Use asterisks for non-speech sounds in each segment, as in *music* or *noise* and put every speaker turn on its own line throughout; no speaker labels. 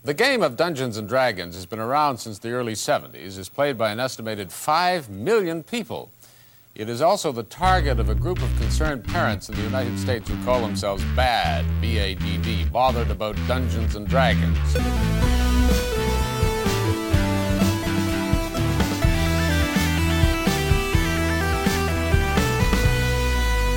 The game of Dungeons and Dragons has been around since the early 70s, is played by an estimated 5 million people. It is also the target of a group of concerned parents in the United States who call themselves BAD, B A D D, bothered about Dungeons and Dragons.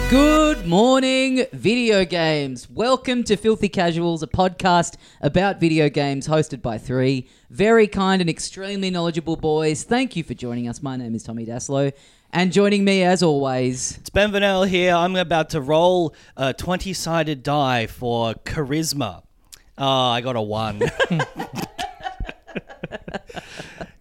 Good morning, video games. Welcome to Filthy Casuals, a podcast about video games hosted by three very kind and extremely knowledgeable boys. Thank you for joining us. My name is Tommy Daslow, and joining me, as always,
It's Ben Vanel here. I'm about to roll a 20 sided die for charisma. Oh, I got a one.
*laughs*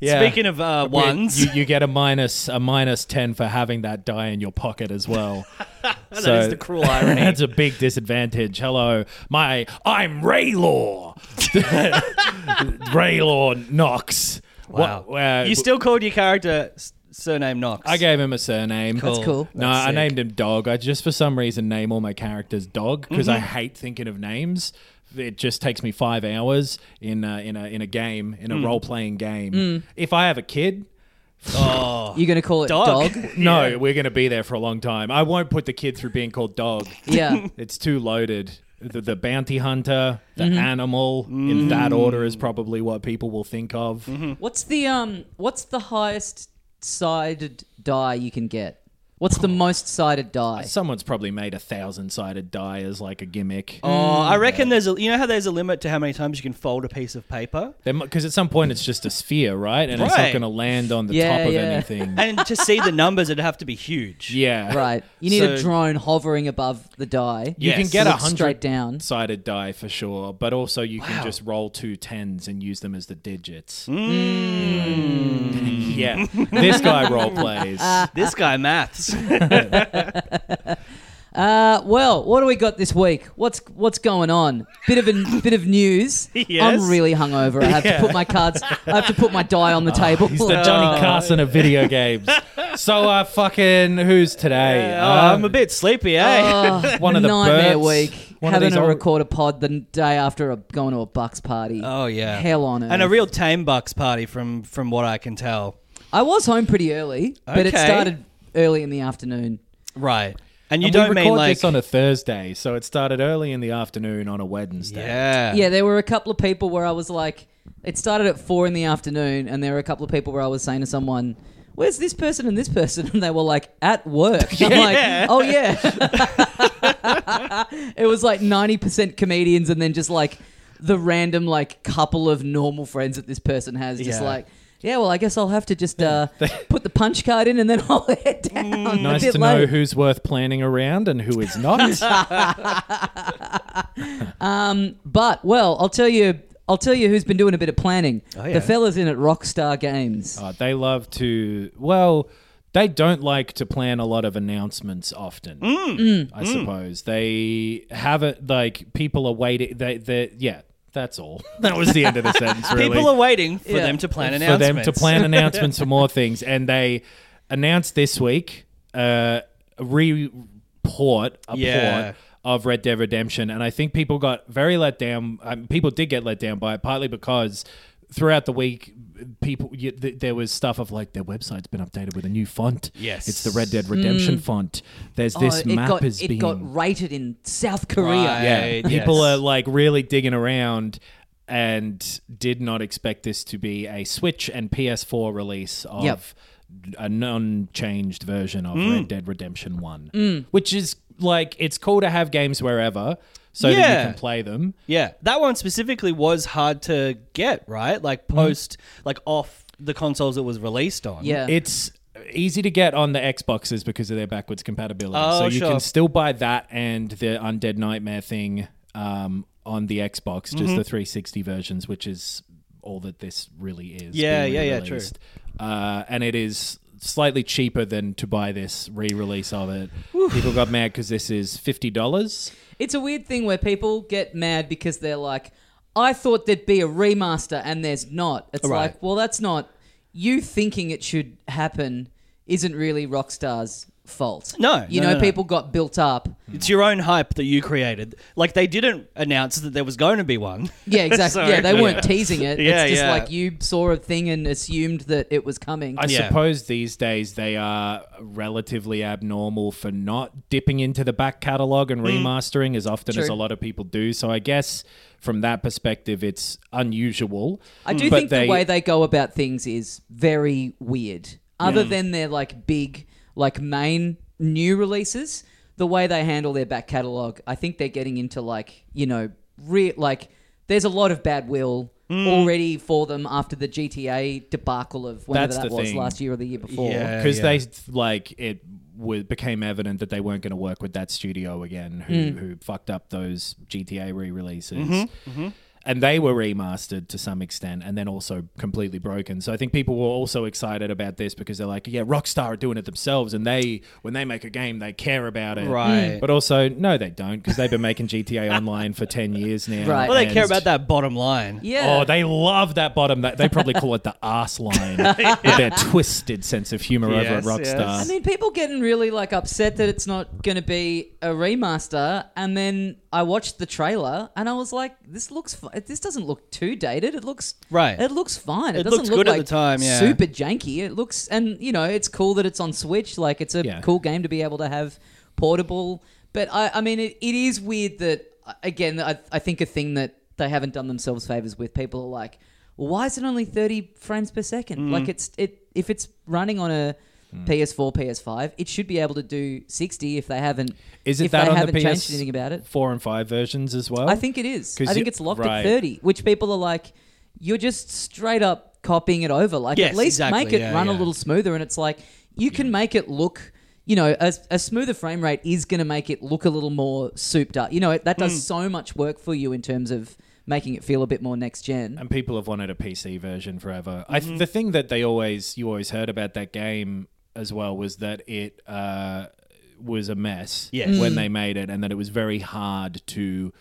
Yeah.
Speaking of uh,
We-
ones,
you, you get a minus a minus ten for having that die in your pocket as well.
*laughs* that
So-
is the cruel irony.
*laughs* that's a big disadvantage. Hello, my I'm Raylor. *laughs* Raylor Knox.
wow.
What- uh,
you still called your character s- surname Knox.
I gave him a surname.
That's cool.
No,
That's
I
sick.
named him Dog. I just for some reason name all my characters Dog because I
Mm-hmm.
hate thinking of names. It just takes me five hours in a, in a in a game in a
Mm.
role playing game. If I have a kid,
you're going to call it
Dog.
Dog.
*laughs* no, we're going to be there for a long time. I won't put the kid through being called Dog.
*laughs* Yeah.
It's too loaded. The, the bounty hunter, the
Mm-hmm.
animal, in
Mm.
that order is probably what people will think of.
What's the um? What's the highest sided die you can get? What's the most sided die?
Someone's probably made a thousand sided die as like a gimmick.
Oh,
Mm.
I reckon there's a. You know how there's a limit to how many times you can fold a piece of paper?
Because at some point it's just a sphere, right? And it's not
Right.
going to land on the
Yeah,
top of
yeah. *laughs*
anything.
And to see the numbers, it'd have to be huge.
yeah.
Right. You need a
So-
drone hovering above the die.
You can
Yes.
get a
Look straight
hundred
down.
sided die for sure, but also you can just roll two tens and use them as the digits. yeah. *laughs* This guy role plays.
This guy
*laughs*
maths. Oh,
Uh, well, what do we got this week? What's what's going on? Bit of a bit of
*laughs*
news.
Yes.
I'm really hungover. I have to put my cards. I have to put my die
*laughs*
on the table.
Oh,
Uh,
He's the Johnny Carson of video games. So uh fucking who's today? Uh,
Oh, I'm a bit sleepy, eh?
Oh,
One of the
nightmare
Burt's.
week.
One of
having
these
to
old-
record a pod the day after a, going to a Bucks party.
*laughs* oh yeah.
hell on earth.
And a real tame bucks party from from what I can tell.
I was home pretty early, but it
Okay.
started early in the afternoon.
Right. And you
And we
don't mean
record
like
this on a Thursday, so it started early in the afternoon on a Wednesday.
yeah.
Yeah, there were a couple of people where I was like, it started at four in the afternoon, and there were a couple of people where I was saying to someone, "Where's this person and this person?" *laughs* And they were like, "At work." And I'm like,
Yeah.
"Oh yeah." *laughs* it was like ninety percent comedians, and then just like the random like couple of normal friends that this person has, just
Yeah.
like. Yeah, well, I guess I'll have to just uh, put the punch card in and then *laughs* I'll head down. a
Nice
bit
to know
later.
who's worth planning around and who
*laughs*
is not.
But well, I'll tell you, I'll tell you who's been doing a bit of planning.
yeah.
The fellas in at Rockstar Games.
Uh, they love to, well, they don't like to plan a lot of announcements often,
Mm.
I suppose. They have it like people are waiting. They, they, yeah, that's all. *laughs* That was the end of the sentence, really.
People are waiting for
Yeah.
them to plan
for
announcements.
them to
*laughs*
plan announcements for more things. And they announced this week uh, a report, a
Yeah.
port of Red Dead Redemption. And I think people got very let down. Um, people did get let down by it, partly because throughout the week, people you, th- there was stuff of like their website's been updated with a new font.
Yes.
it's the Red Dead Redemption font. There's this
Mm. Oh, it
map
got,
is
it
being
got rated in South Korea.
Right.
yeah,
Right,
people
yes.
are like really digging around and did not expect this to be a Switch and PS4 release of
Yep.
a non-changed version of
Mm.
Red Dead Redemption 1, which is like it's cool to have games wherever so that
Yeah.
you can play them.
yeah, that one specifically was hard to get right, like
Mm-hmm.
post, like off the consoles it was released on.
Yeah.
It's easy to get on the Xboxes because of their backwards compatibility.
Oh,
so you
sure.
can still buy that and the Undead Nightmare thing um, on the Xbox, just
Mm-hmm.
the 360 versions, which is all that this really is.
Yeah,
being
yeah, yeah, true.
re-released. Uh, and it is slightly cheaper than to buy this re-release of it. People got mad because this is fifty dollars.
It's a weird thing where people get mad because they're like, I thought there'd be a remaster and there's not. It's
Right.
like, well, that's not. You thinking it should happen isn't really Rockstar's fault.
No,
You
no,
know,
no, no.
people got built up.
It's your own hype that you created. Like they didn't announce that there was going to be one. *laughs*
Yeah, exactly.
So-
yeah, they weren't teasing it.
Yeah,
it's just
yeah.
like you saw a thing and assumed that it was coming.
I
Yeah.
suppose these days they are relatively abnormal for not dipping into the back catalog and remastering as often as
True.
a lot of people do. So I guess from that perspective, it's unusual.
I do
Hmm. But
think the way they go about things is very weird. Other than their like big like main new releases, the way they handle their back catalog, I think they're getting into like you know re- like there's a lot of bad will
Hmm.
already for them after the GTA debacle of whenever
That's
that
the
was
thing.
last year or the year before.
Yeah.
because they like it w- became evident that they weren't going to work with that studio again who,
Mm.
who fucked up those gta re-releases
Mm-hmm,
and they were remastered to some extent and then also completely broken so i think people were also excited about this because they're like yeah rockstar are doing it themselves and they when they make a game they care about it
Right.
but also no they don't because they've been making gta *laughs* online for 10 years now
Right.
Well, they
and-
care about that bottom line.
Yeah.
Oh, they love that bottom. That they probably call it the ass
*laughs*
line with their twisted sense of humor
Yes,
over at Rockstar.
I
yes.
mean, people getting really like upset that it's not going to be a remaster, and then I watched the trailer and I was like, "This looks, fi- this doesn't look too dated. It looks
Right.
It looks fine. It,
It
doesn't
looks
look
good at
like
the time, yeah.
super janky. It looks, and you know, it's cool that it's on Switch. Like, it's a
Yeah.
cool game to be able to have portable. But I, I mean, it, it is weird that again, I, I think a thing that they haven't done themselves favors with. People are like, well, why is it only thirty frames per second?
Mm.
Like, it's it if it's running on a PS4, PS5, it should be able to do sixty if they haven't.
Is it
if
that
they
on
haven't
the PS
changed anything about it?
Four and five versions as well.
I think it is.
'Cause
I think
you-
it's locked at
right.
30, which people are like, you're just straight up copying it over. Like,
Yes,
at least
exactly.
make it
Yeah,
run a
yeah.
little smoother. And it's like, you can make it look, you know, a, a smoother frame rate is going to make it look a little more souped up. You know, it, that does so much work for you in terms of making it feel a bit more next gen.
and people have wanted a PC version forever. I
Mm-hmm.
th- the thing that they always you always heard about that game as well was that it uh, was a mess
Yes.
Mm.
when they made it, and that it was very hard to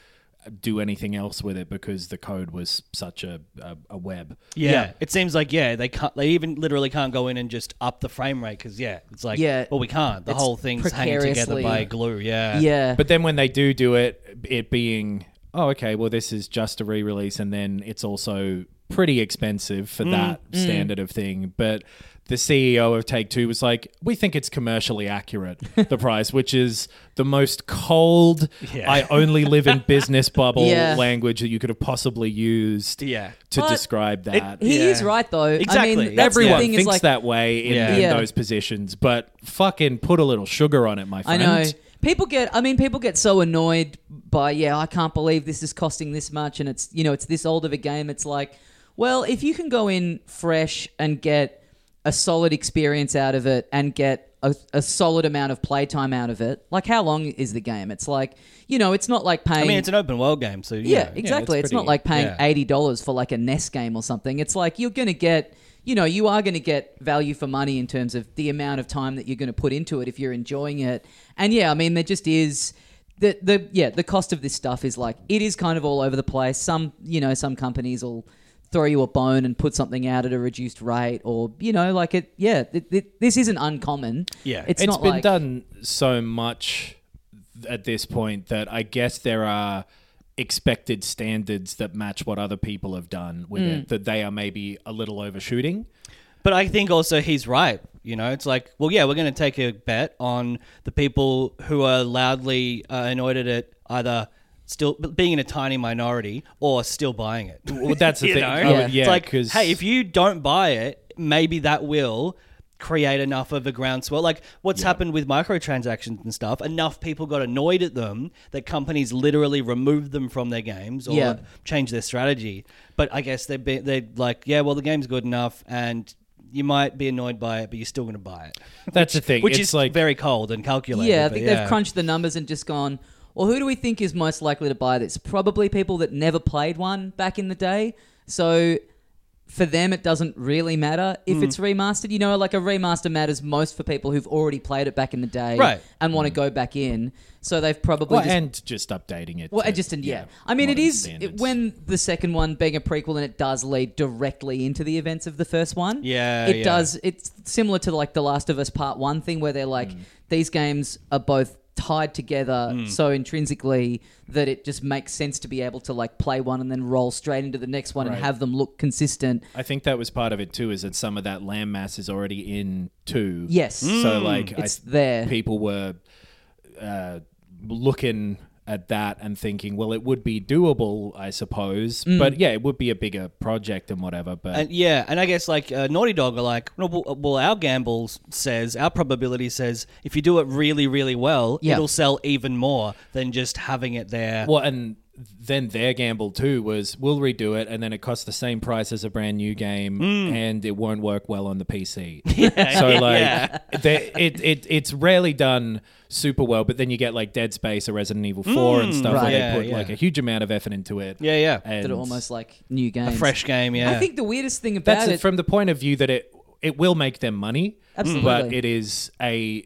do anything else with it because the code was such a a, a web.
Yeah. it seems like yeah they can't. They even literally can't go in and just up the frame rate because yeah, it's like
Yeah.
well we can't. The
It's
whole thing's hanging together
precariously-
by glue. Yeah,
yeah.
But then when they do do it, it being oh okay, well this is just a re-release, and then it's also pretty expensive
Mm,
for that standard of thing. But the CEO of Take Two was like, we think it's
*laughs*
commercially accurate the price, which is the most cold. I only live in
*laughs*
business bubble
Yeah.
language that you could have possibly used.
Yeah.
to
But
describe that.
he is
Yeah.
right, though. I
Exactly.
mean, that's the
Everyone
thing, is,
thinks
like,
that way in,
Yeah.
in
Yeah.
those positions, but fucking put a little sugar on it, my
I
friend.
know. People get I mean people get so annoyed by yeah, I can't believe this is costing this much and it's you know, it's this old of a game. It's like, well, if you can go in fresh and get a solid experience out of it and get a, a solid amount of playtime out of it. Like how long is the game? It's like, you know, it's not like paying
I mean it's an open world game, so
yeah,
yeah,
exactly.
it's
it's, not
pretty-
like paying
yeah.
eighty dollars for like a NES game or something. It's like you're gonna get, you know, you are gonna get value for money in terms of the amount of time that you're gonna put into it if you're enjoying it. And yeah, I mean, there just is the the yeah the cost of this stuff is like it is kind of all over the place. Some you know some companies will throw you a bone and put something out at a reduced rate or you know like it yeah it, it, this isn't uncommon
Yeah.
it's,
It's
not
been
like,
done so much at this point that I guess there are expected standards that match what other people have done with
Mm.
it that they are maybe a little overshooting.
But I think also he's right. You know, it's like, well, yeah, we're going to take a bet on the people who are loudly uh, annoyed at it, either still b- being in a tiny minority or still buying it.
Well, that's
*laughs*
the
you
thing.
know,
I would- yeah,
it's like,
'cause-
hey, if you don't buy it, maybe that will create enough of a groundswell. Like what's happened with microtransactions and stuff, enough people got annoyed at them that companies literally removed them from their games or
Yeah.
change their strategy. But I guess they'd be they'd like, yeah, well the game's good enough and you might be annoyed by it, but you're still going to buy it,
That's the thing.
which
it's
is
like
very cold and calculated.
Yeah, I
but
think
yeah.
they've crunched the numbers and just gone, Well, who do we think is most likely to buy this? Probably people that never played one back in the day. So for them, it doesn't really matter if
Hmm.
it's remastered. You know, like a remaster matters most for people who've already played it back in the day
Right. Hmm.
and want to go back in. So they've probably
Well,
just
and just updating it.
well,
to,
I just and yeah. I mean, it
modern
is it-
standards.
when the second one being a prequel, and it does lead directly into the events of the first one.
Yeah,
it
yeah.
does. It's similar to like the Last of Us Part One thing, where they're like
Mm.
these games are both tied together so intrinsically that it just makes sense to be able to like play one and then roll straight into the next one and
Right.
have them look consistent.
I think that was part of it too. Is that some of that landmass is already in two?
Yes.
So like, I-
It's there.
People were uh, looking at that and thinking, well, it would be doable, I suppose. But yeah, it would be a bigger project and whatever. But
Mm. And yeah, and I guess like uh, Naughty Dog are like, no, well, uh, well, our gamble says, our probability says, if you do it really, really well,
Yeah.
it'll sell even more than just having it there.
well, and then their gamble too was we'll redo it, and then it costs the same price as a brand new game, and it won't work well on
*laughs*
the PC. so like, they- it, it it's rarely done super well. But then you get like Dead Space or Resident Evil Four and stuff.
Right.
where
Yeah,
they put
yeah.
like a huge amount of effort into it.
Yeah, yeah.
and
that are almost like new games.
Fresh game, yeah.
I think the weirdest thing about
that's
it
it from the point of view that it it will make them money, but
Absolutely.
it is a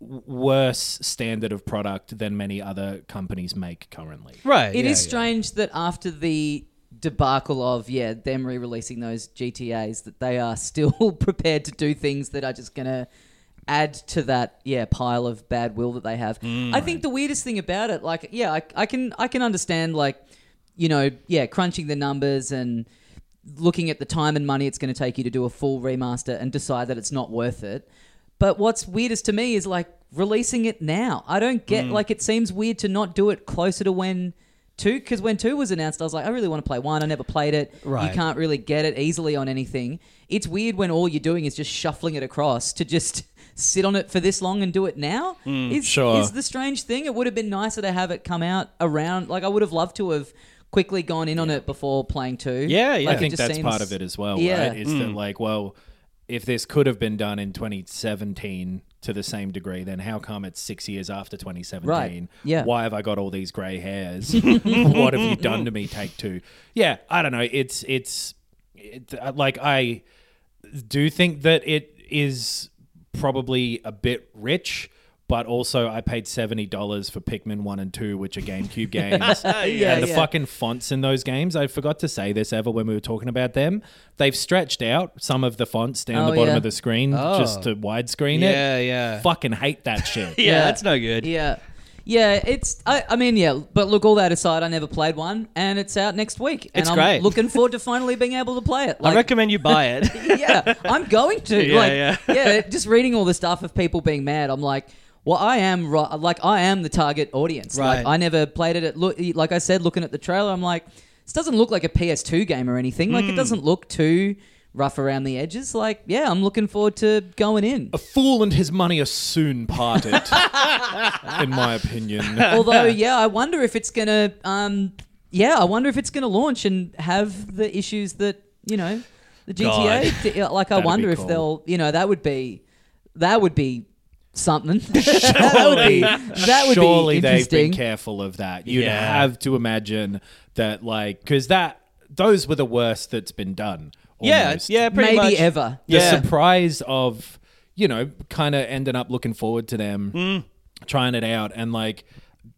w- worse standard of product than many other companies make currently.
right.
It is
yeah, yeah.
strange that after the debacle of yeah them re-releasing those GTA's that they are still *laughs* prepared to do things that are just gonna add to that yeah pile of bad will that they have.
Mm.
I think the weirdest thing about it, like yeah, I, I can I can understand like you know yeah crunching the numbers and looking at the time and money it's going to take you to do a full remaster and decide that it's not worth it. But what's weirdest to me is like releasing it now. I don't get like it seems weird to not do it closer to when two because when two was announced, I was like, I really want to play one. I never played it.
Right.
You can't really get it easily on anything. It's weird when all you're doing is just shuffling it across to just *laughs* sit on it for this long and do it now. is,
sure.
is the strange thing. It would have been nicer to have it come out around. Like I would have loved to have quickly gone in on it before playing two.
Yeah, yeah.
Like,
I
it
think
just
that's
seems-
part of it as well.
Yeah.
Right? Is that like, well, if this could have been done in 2017 to the same degree, then how come it's six years after 2017?
Right. Yeah.
Why have I got all these
*laughs*
grey hairs? what have you done to me? Take two. Yeah. I don't know. It's it's it, uh, like I do think that it is probably a bit rich. But also, I paid seventy dollars for Pikmin one and two, which are
*laughs*
GameCube games,
Yeah,
and the
yeah.
fucking fonts in those games. I forgot to say this ever when we were talking about them. They've stretched out some of the fonts down
Oh,
the bottom
yeah. Oh.
of the screen just to widescreen it.
Yeah, yeah.
Fucking hate that
*laughs*
shit.
yeah, that's no good.
Yeah. Yeah, it's. I, I mean, yeah, but look, all that aside, I never played one, and it's out next week. And
It's
I'm
great.
Looking forward to finally being able to play it.
I recommend you buy
*laughs*
it.
yeah, I'm going to.
*laughs* Yeah,
like,
yeah.
yeah. just reading all the stuff of people being mad, I'm like, well, I am right. Like, I am the target audience.
Right.
Like, I never played it. At look, like I said, looking at the trailer, I'm like, this doesn't look like a PS2 game or anything. Like,
Hmm.
it doesn't look too rough around the edges. Like, yeah, I'm looking forward to going in.
A fool and his money are soon parted,
*laughs*
in my opinion. *laughs*
Although, yeah, I wonder if it's gonna. Um, yeah, I wonder if it's gonna launch and have the issues that you know the
God.
GTA. d- uh, like, I
be
wonder if
cool.
they'll. You know, that would be. That would be
*laughs*
something. *laughs* that would be. That would
surely
be
they've
interesting.
been careful of that. You
Yeah.
have to imagine that, like, because that those were the worst that's been done.
yeah,
almost.
yeah, pretty
Maybe
much.
ever.
The
Yeah.
surprise of you know kind of ending up looking forward to them
Mm.
trying it out and like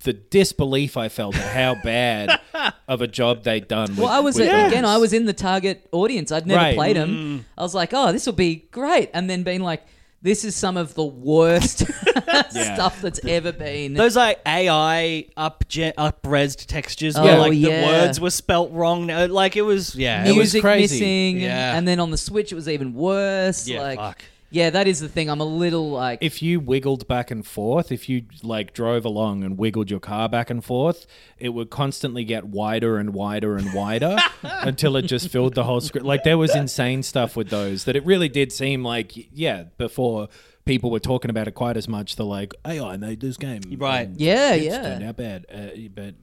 the disbelief I felt
*laughs*
at how bad of a job they'd done. with-
Well, I was
with those.
again. I was in the target audience. I'd never
Right. Mm.
played them. I was like, "Oh, this will be great," and then being like, "This is some of the worst *laughs* stuff that's ever been."
Those like AI up upresed textures
Oh,
where like the
yeah.
words were spelt wrong. No, Like it was yeah. It was,
music
crazy.
missing,
Yeah.
and then on the Switch it was even worse.
Yeah,
like,
fuck.
yeah, that is the thing. I'm a little like,
if you wiggled back and forth, if you like drove along and wiggled your car back and forth, it would constantly get wider and wider and wider until it just filled the whole screen. Like there was insane stuff with those that it really did seem like yeah, before people were talking about it quite as much. They're like AI made this game,
Right.
and
Yeah,
it's
yeah.
turned out bad, uh, but.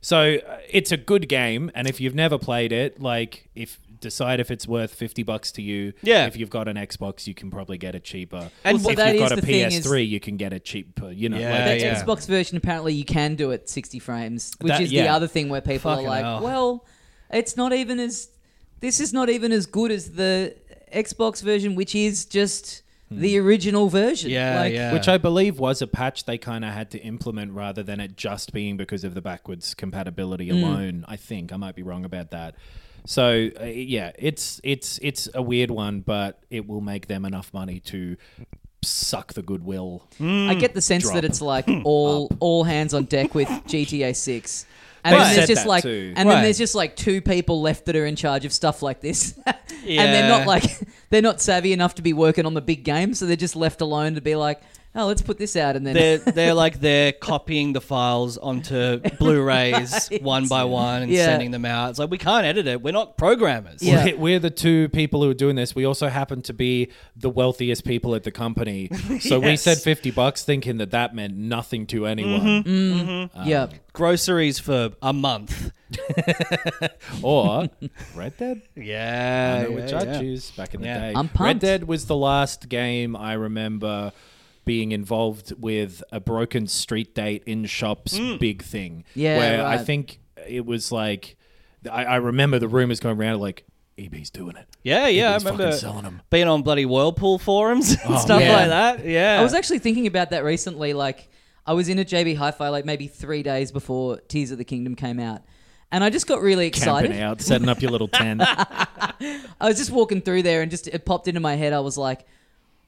So uh, it's a good game, and if you've never played it, like if decide if it's worth 50 bucks to you.
Yeah.
If you've got an Xbox, you can probably get it cheaper.
And
if
what-
you've
that is
got a
the thing is-
PS3, you can get it cheaper, you know.
Yeah,
like,
The
it's-
yeah.
Xbox version apparently you can do it 60 frames, which is
That-
the
yeah.
other thing where people
Fucking
are like,
hell.
"Well, it's not even as this is not even as good as the Xbox version, which is just the original version."
Hmm. Yeah,
like,
yeah.
Which I believe was a patch they kind of had to implement rather than it just being because of the backwards
Mm.
compatibility alone. I think I might be wrong about that. So uh, yeah, it's it's it's a weird one, but it will make them enough money to suck the goodwill.
I get the sense that
Hmm. Drop. Hmm.
it's like all all hands on deck with GTA 6. And
They
then there's
said
just
that
like,
too.
and
Right.
then there's just like two people left that are in charge of stuff like this, *laughs* and they're
Yeah.
not like *laughs* they're not savvy enough to be working on the big game, so they're just left alone to be like, oh, let's put this out, and then *laughs*
they're they're like they're copying the files onto Blu-rays one by one and
Yeah.
sending them out. It's like we can't edit it. We're not programmers.
Yeah.
We're- We're the two people who are doing this. We also happen to be the wealthiest people at the
*laughs*
company. So we
Yes.
said 50 bucks thinking that that meant nothing to anyone.
Mm-hmm.
yeah,
um,
Groceries for a month.
Or *laughs* Red Dead?
Yeah,
know which
yeah,
I
yeah.
choose back in the
Yeah.
day.
I'm
Red
pumped.
Dead was the last game I remember being involved with a broken street date in shops
Hmm.
big thing.
Yeah,
where I
right.
think it was like I, I remember the rumors going around like EB's doing it.
Yeah, yeah, I
EB's fucking
remember
selling 'em.
being on bloody whirlpool forums and stuff
yeah.
like that. Yeah,
I was actually thinking about that recently. Like, I was in a JB Hi-Fi like maybe three days before Tears of the Kingdom came out, and I just got really excited.
Camping out, setting up your little
*laughs*
tent.
I was just walking through there, and just it popped into my head. I was like,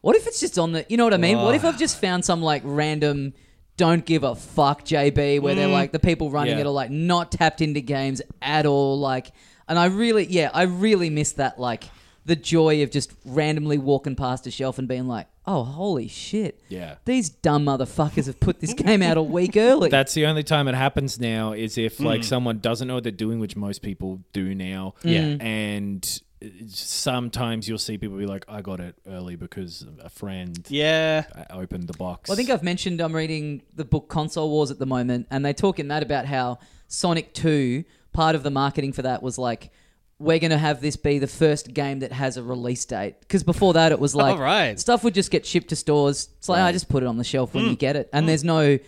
"What if it's just on the? You know what I mean? What if I've just found some like random." Don't give a fuck, JB. Where they're like the people running
Mm. Yeah.
it are like not tapped into games at all. Like, and I really, yeah, I really miss that. Like the joy of just randomly walking past a shelf and being like, "Oh, holy shit!
Yeah.
these dumb motherfuckers have put this game out a week early."
*laughs* That's the only time it happens now is if
Hmm.
like someone doesn't know what they're doing, which most people do now.
Yeah.
And uh, sometimes you'll see people be like, I got it early because a friend
yeah.
I uh, opened the box.
Well, I think I've mentioned I'm reading the book Console Wars at the moment, and they talk in that about how Sonic 2, part of the marketing for that was like, we're going to have this be the first game that has a release date. Because before that, it was like,
All right.
stuff would just get shipped to stores. It's like, I just put it on the shelf when you get it. And there's no,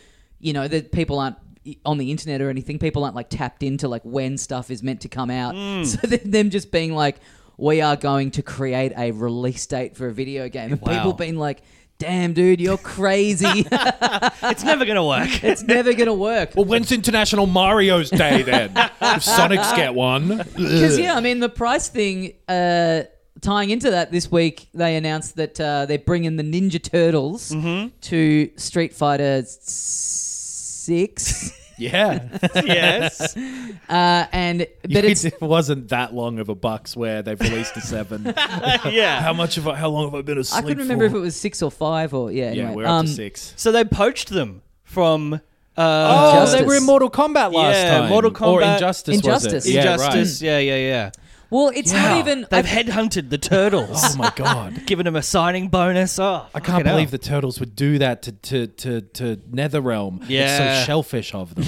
you know, that people aren't on the internet or anything. People aren't like tapped into like when stuff is meant to come out. *laughs* So then them just being like, we are going to create a release date for a video game. And people being like, damn, dude, you're crazy. *laughs*
It's never gonna work.
it's never going to work.
Well, when's International Mario's Day
*laughs*
then? if Sonic's get one.
Because yeah, I mean the price thing. Uh, tying into that, this week they announced that uh, they're bringing the Ninja Turtles
Mm-hmm.
to Street Fighter Six,
*laughs* *laughs*
*laughs*
Yeah.
yes.
uh, and but it's
it wasn't that long of a bucks where they've released a
*laughs*
seven.
*laughs* Yeah.
how much have I, how long have I been
I
asleep?
couldn't remember if
for?
it was six or five or yeah.
Yeah,
anyway.
we're up
um,
to six.
So they poached them from. Uh,
Oh,
Injustice.
they were in Mortal Kombat last
Yeah,
time.
Mortal
Or
Kombat-
Injustice, was
Injustice.
it?
Injustice. Yeah, yeah, yeah.
Well, it's not even.
They've
I-
headhunted the turtles.
Yeah, right. Oh my god.
Given them a signing bonus. Oh,
I can't believe the turtles would do that to to to, to Netherrealm. It's
Yeah.
so shellfish of them.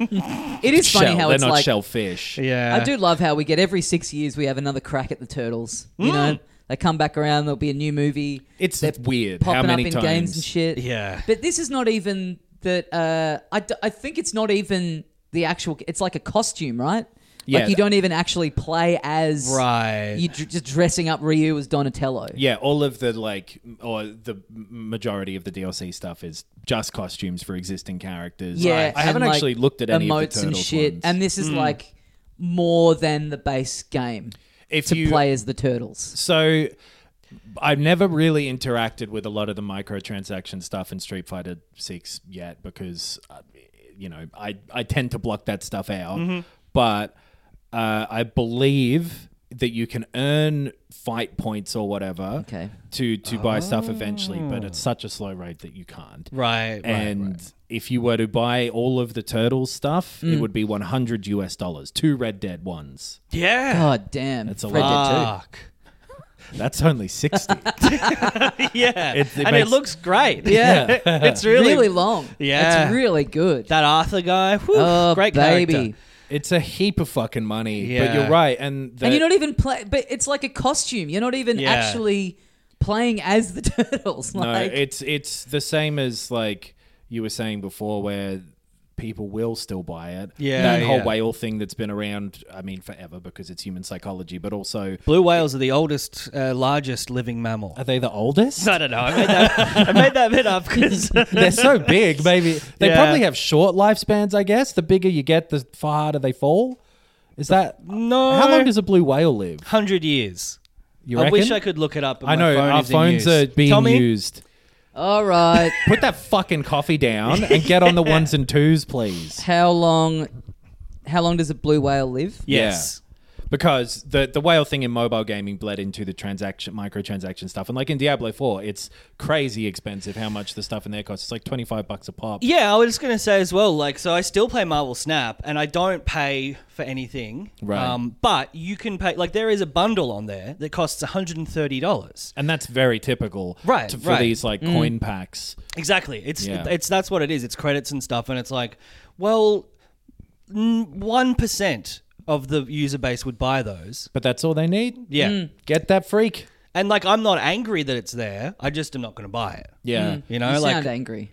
it is funny
Shell.
how *laughs*
They're
it's
not
like.
shellfish.
Yeah.
I do love how we get every six years we have another crack at the turtles. You
Mm.
know, they come back around. There'll be a new movie.
It's
They're
weird
popping
how many
up in
times.
games and shit.
Yeah.
But this is not even that. Uh, I, d- I think it's not even the actual. It's like a costume, right?
Yeah.
Like you don't even actually play as.
Right.
You're dr- just dressing up Ryu as Donatello.
Yeah, all of the like, m- or the m- majority of the DLC stuff is just costumes for existing characters.
Yeah,
I haven't
and, like,
actually looked at any of the
emotes
turtles
and shit.
ones. Hmm.
And this is like more than the base game
if
to
you
play as the turtles.
so, I've never really interacted with a lot of the microtransaction stuff in Street Fighter Six yet because, uh, you know, I I tend to block that stuff out. But uh, I believe that you can earn fight points or whatever
Okay.
to to buy stuff eventually, but it's such a slow rate that you can't.
Right.
and if you were to buy all of the turtles stuff,
Mm.
it would be 100 US dollars, two Red Dead ones.
*laughs* yeah.
God Oh, damn.
That's a
Red Dead
*laughs*
lot.
Fuck.
That's only 60.
*laughs* Yeah.
It- it
and it
makes-
looks great.
Yeah.
*laughs* it's
two.
really,
Really long.
Yeah.
It's really good.
that Arthur guy. Whew,
Oh,
great
baby.
character.
*laughs* It's a heap of fucking money. But
Yeah.
you're right. And,
and
that-
you're not even play, but it's like a costume. You're not even
Yeah.
actually playing as the *laughs* turtles.
No,
Like,
it's it's the same as like you were saying before, where people will still buy it.
Yeah,
that whole
yeah.
whale thing that's been around. I mean, forever because it's human psychology, but also
Blue whales are the oldest, uh, largest living mammal.
*laughs* are they the oldest?
I don't know. I made *laughs* that, I made that bit up because
They're so big. Maybe they
Yeah.
probably have short lifespans. I guess the bigger you get, the far harder they fall. Is
*laughs*
that
no.
How long does a blue whale live?
hundred years?
You
I
reckon?
wish I could look it up. But my
I know
phone
our
is in
phones are
use.
being
Tommy?
used.
all right.
Put that fucking coffee down and get *laughs* on the ones and twos, please.
how long? How long does a blue whale live?
Yes.
because the the whale thing in mobile gaming bled into the transaction microtransaction stuff, and like in Diablo Four, it's crazy expensive how much the stuff in there costs. It's like twenty five bucks a pop.
Yeah, I was just gonna say as well. Like, so I still play Marvel Snap, and I don't pay for anything. Um,
Right.
but you can pay. Like, there is a bundle on there that costs one hundred and thirty dollars.
And that's very typical,
Right,
to- for
right.
these
Mm.
like coin packs.
Exactly. It's
Yeah.
it's that's what it is. It's credits and stuff, and it's like, well, one percent of the user base would buy those.
But that's all they need. Mm.
Yeah,
Get that
Mm.
freak.
and like I'm not angry that it's there. I just am not going to buy it.
Yeah,
You know,
You
like
sound angry.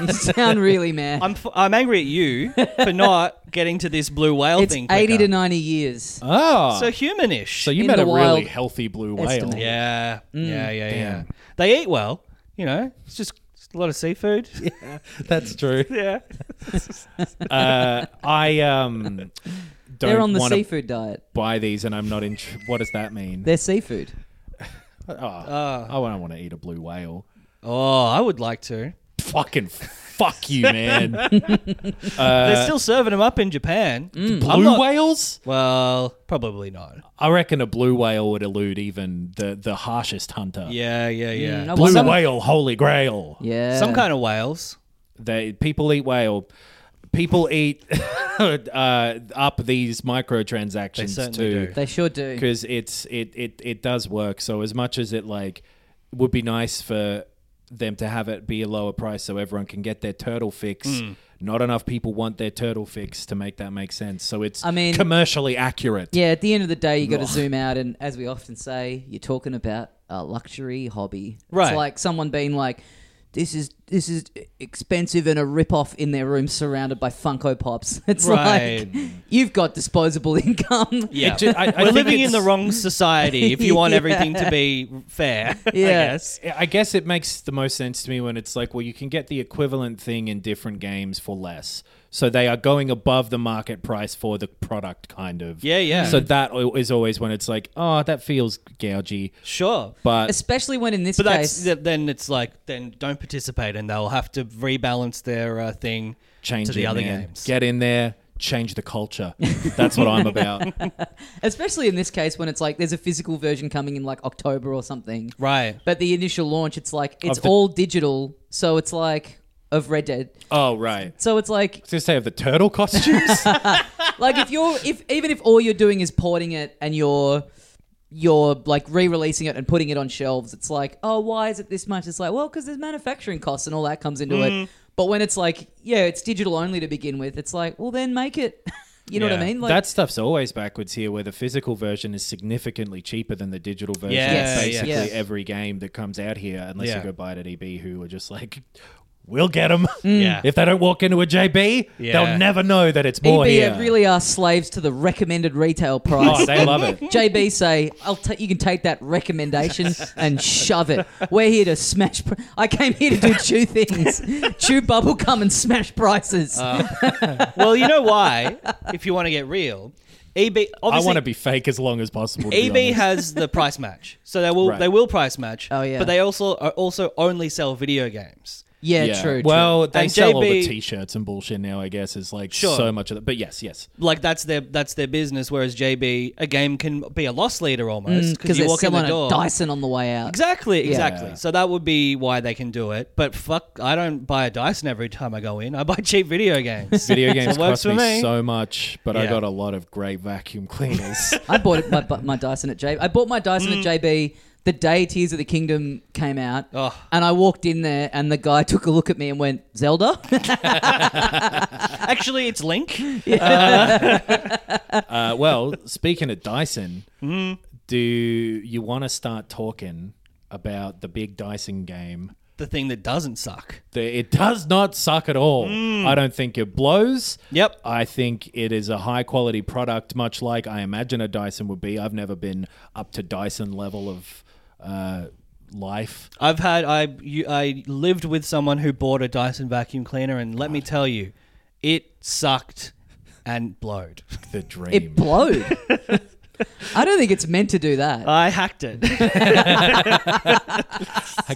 you sound really mad.
*laughs* I'm f- I'm angry at you
*laughs*
for not getting to this blue whale
it's
thing.
eighty to
quicker.
ninety years.
Oh,
So
so,
humanish.
you
in
met
the
a really
wild
healthy blue whale.
estimate.
yeah,
Mm.
yeah, yeah, yeah.
Damn.
They eat well. You know, it's just a lot of
*laughs*
seafood.
*laughs* That's true.
yeah.
Uh, I um,
They're on
don't
the
want to
seafood diet.
buy these, and I'm not in. What does that mean?
They're seafood.
oh,
uh.
I don't want to eat a blue whale.
*laughs* Oh, I would like to.
fucking fuck you, man.
*laughs*
Uh,
They're still serving them up in Japan.
Mm.
blue
not-
whales?
Well, probably not.
I reckon a blue whale would elude even the, the harshest hunter.
Yeah, yeah, yeah.
Mm, I
Blue
want some-
whale, holy grail.
Yeah.
Some kind of whales.
They people eat whale. People eat *laughs* uh, up these microtransactions
They certainly
too.
do.
They sure do.
because it's it, it it does work. So as much as it like would be nice for them to have it be a lower price so everyone can get their turtle fix.
Hmm.
Not enough people want their turtle fix to make that make sense. So it's
I mean-
commercially accurate.
Yeah, at the end of the day, you got to zoom out, and as we often say, you're talking about a luxury hobby.
Right.
It's like someone being like, "This is this is expensive and a rip off in their room, surrounded by Funko Pops." *laughs* It's
Right.
like you've got disposable *laughs* income.
Yeah.
It ju-
*laughs*
I- I
We're
think
living in
it's-
the wrong society if you
*laughs*
want
Yeah.
everything to be fair. I
Yeah.
guess.
I guess it makes the most sense to me when it's like, well, you can get the equivalent thing in different games for less. So they are going above the market price for the product, kind of.
Yeah, yeah.
So that o- is always when it's like, oh, that feels gougy,
Sure.
but
Especially when in this
But that's
case,
th- then it's like then don't participate and they'll have to rebalance their uh, thing
change
to the
it,
other
man.
games.
Get in there, change the culture. That's what
*laughs*
I'm about.
especially in this case when it's like there's a physical version coming in like October or something.
right.
But the initial launch, it's like it's
Of the-
all digital, so it's like of Red Dead.
Oh, right.
So it's like
Just say of the
*laughs*
turtle costumes.
like
Ah.
if you're if even if all you're doing is porting it and you're you're like re-releasing it and putting it on shelves it's like oh why is it this much it's like well because there's manufacturing costs and all that comes into
Mm.
it but when it's like yeah it's digital only to begin with it's like well then make it *laughs* you know what i
Yeah.
mean like E
that stuff's always backwards here, where the physical version is significantly cheaper than the digital version. of
Yes,
basically
yes.
every game that comes out here, unless
Yeah.
you go buy it at EB, who are just like, "We'll get them."
mm.
Yeah.
*laughs* If they don't walk into a JB,
Mm. Yeah. E
they'll never know that it's more
EB
here.
really are slaves to the recommended retail price *laughs*
oh, they
*laughs*
love it.
JB say, "I'll ta- you can take that
*laughs*
recommendation and shove it. We're here to smash. Pr- I came here to do two
*laughs*
things: chew bubble gum and smash prices."
Oh,
well, you know why? *laughs* If you want to get real, EB obviously
I want to be fake as long as possible. to be
EB
honest.
has the price match, so they will
*laughs* Right.
they will price match.
Oh, yeah.
but they also are also only sell video games.
yeah,
Yeah.
true. true.
Well, they
And
sell all the
JB
t-shirts and bullshit now. I guess is like
Sure.
so much of that. But yes,
*laughs*
yes.
Like that's their that's their business. Whereas JB, a game can be a loss leader
Mm,
almost
because
because you
they're
walk in
selling
the
a
door.
Dyson on the way out.
Exactly, exactly.
Yeah.
So that would be why they can do it. But fuck, I don't buy a Dyson every time I go in. I buy *laughs* cheap video games.
Video games
it works
cost
for
me,
me.
so much, but I
Yeah.
got a lot of great vacuum *laughs* cleaners. Mm.
I bought it, my, my Dyson at JB. I bought my Dyson at JB the day Tears of the Kingdom came out,
Oh.
Ugh.
and I walked in there, and the guy *laughs* took a look at me and went, "Zelda."
*laughs*
*laughs*
Actually, it's Link.
Uh, well, speaking of Dyson,
Mm-hmm.
do you want to start talking about the big Dyson game?
the thing that doesn't suck.
The- It does not suck at all. I don't think it blows.
Mm. Yep.
I think it is a high quality product, much like I imagine a Dyson would be. I've never been up to Dyson level of uh, life.
I've had I you, I lived with someone who bought a Dyson vacuum cleaner, and let me tell you, it sucked and blowed. *laughs*
The dream.
it blowed. *laughs* I don't think it's meant to do
Oh.
that.
I hacked it.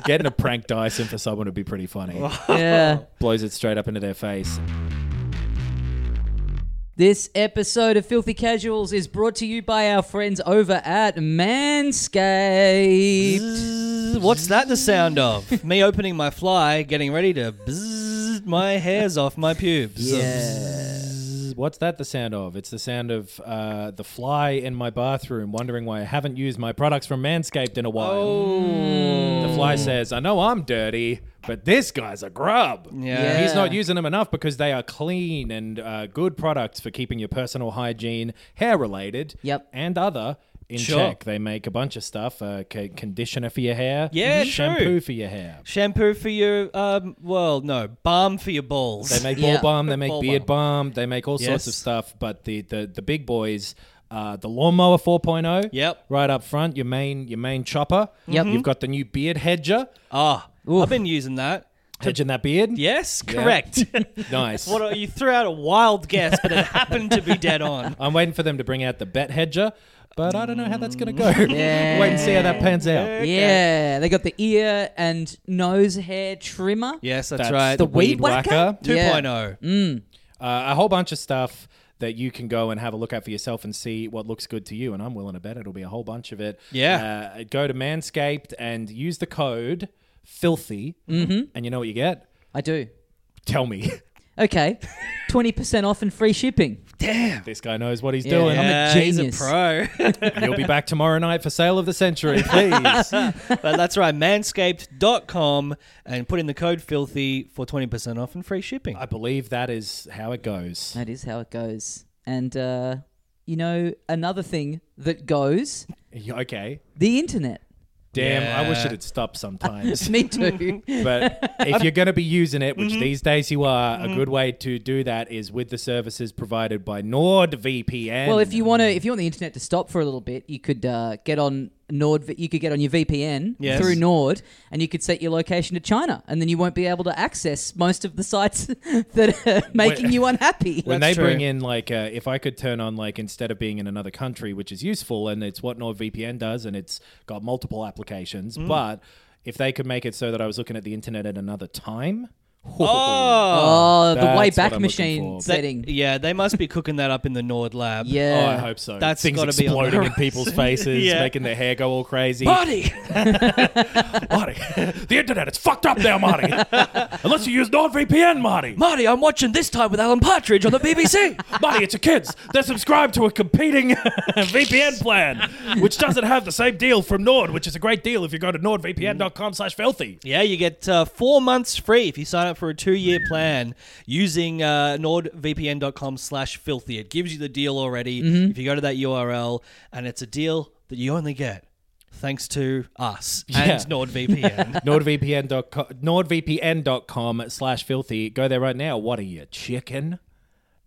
*laughs* Getting a prank Dyson for someone would be
*laughs*
pretty funny.
yeah.
Blows it straight up into their face.
This episode of Filthy Casuals is brought to you by our friends over at Manscaped.
What's that the sound of? me opening my fly, getting ready to bzzz my hairs off my pubes.
What's that the sound of? It's the sound of uh, the fly in my bathroom wondering why I haven't used my products from Manscaped in a while.
Oh.
The fly says, I know I'm dirty, but this guy's a grub.
Yeah.
He's
Yeah.
not using them enough because they are clean and uh, good products for keeping your personal hygiene, hair related,
Yep.
and other. In
Sure.
check, they make a bunch of stuff: uh, c- conditioner for your hair,
Yeah,
shampoo
true.
for your hair.
Shampoo for your um. Well, no, balm for your balls.
They make ball
Yeah.
balm, they make
Ball
beard balm. they make all sorts of
Yes.
stuff. But the the, the big boys, uh, the lawnmower 4.0.
Yep.
Right up front, your main your main chopper.
Yep.
You've got the new beard hedger,
Ah, I've been using that.
hedging that beard.
Yes, correct.
Nice.
what are, you threw out a wild guess, but it happened to be dead on.
I'm waiting for them to bring out the bet hedger, but I don't know how that's gonna go. *laughs* Wait and see how that pans out.
Yeah, they got the ear and nose hair trimmer.
Yes, that's,
That's
right. oh.
The
weed
weed whacker?
whacker. oh.
Yeah.
2.0.
Uh, a whole bunch of stuff that you can go and have a look at for yourself and see what looks good to you. And I'm willing to bet it'll be a whole bunch of it.
Yeah.
Uh, go to Manscaped and use the code filthy,
Mm-hmm.
and you know what you get.
I do.
*laughs*
Tell me,
Okay, 20% off and free shipping.
this guy knows what he's
Yeah.
doing.
I'm a
Yeah, Uh, he's
genius.
a pro. *laughs*
You'll be back tomorrow night for sale of the century, please.
but that's right, manscaped.com and put in the code filthy for 20% off and free shipping.
I believe that is how it goes.
That is how it goes. And, uh, you know, another thing that goes
Yeah, Okay.
the internet. *laughs*
Damn, I wish
Yeah.
it had stopped
*laughs*
sometimes.
Me
*laughs*
too.
But if you're going to be using it,
Mm-hmm.
which these days you are, a good way to do that is with the services provided by NordVPN.
well, if you want to, if you want the internet to stop for a little bit, you could uh, get on Nord. You could get on your VPN
Yes.
through Nord, and you could set your location to China, and then you won't be able to access most of the sites *laughs* that are making you unhappy.
when they
That's
bring
true.
in like uh, if I could turn on like instead of being in another country, which is useful, and it's what NordVPN does, and it's got multiple applications,
Mm.
but if they could make it so that I was looking at the internet at another time, *laughs* oh,
Oh, the
That's
way
what I'm
back
looking
machine
for.
That-
setting.
yeah, they must be cooking that up in the Nord lab.
I
yeah.
hope so.
That's
things
gotta be on the
exploding in
horizon. *laughs*
people's faces,
Yeah.
making their hair go all crazy. *laughs*
Buddy!
Marty, *laughs* the internet is fucked up
*laughs*
now, Marty. Unless you use NordVPN, Marty.
Marty, I'm watching this time with Alan Partridge on the BBC.
Marty, it's your kids. They're subscribed to a competing *laughs* VPN plan, which doesn't have the same deal from Nord, which is a great deal if you go to nordvpn.com slash filthy.
yeah, you get uh, four months free if you sign up for a two-year plan using uh, nordvpn.com slash filthy. It gives you the deal already if you go to that URL, and it's a deal that you only get thanks to us
Yeah.
and
*laughs*
NordVPN.
NordVPN.com, nordvpn.com slash filthy. Go there right now. What are you, chicken?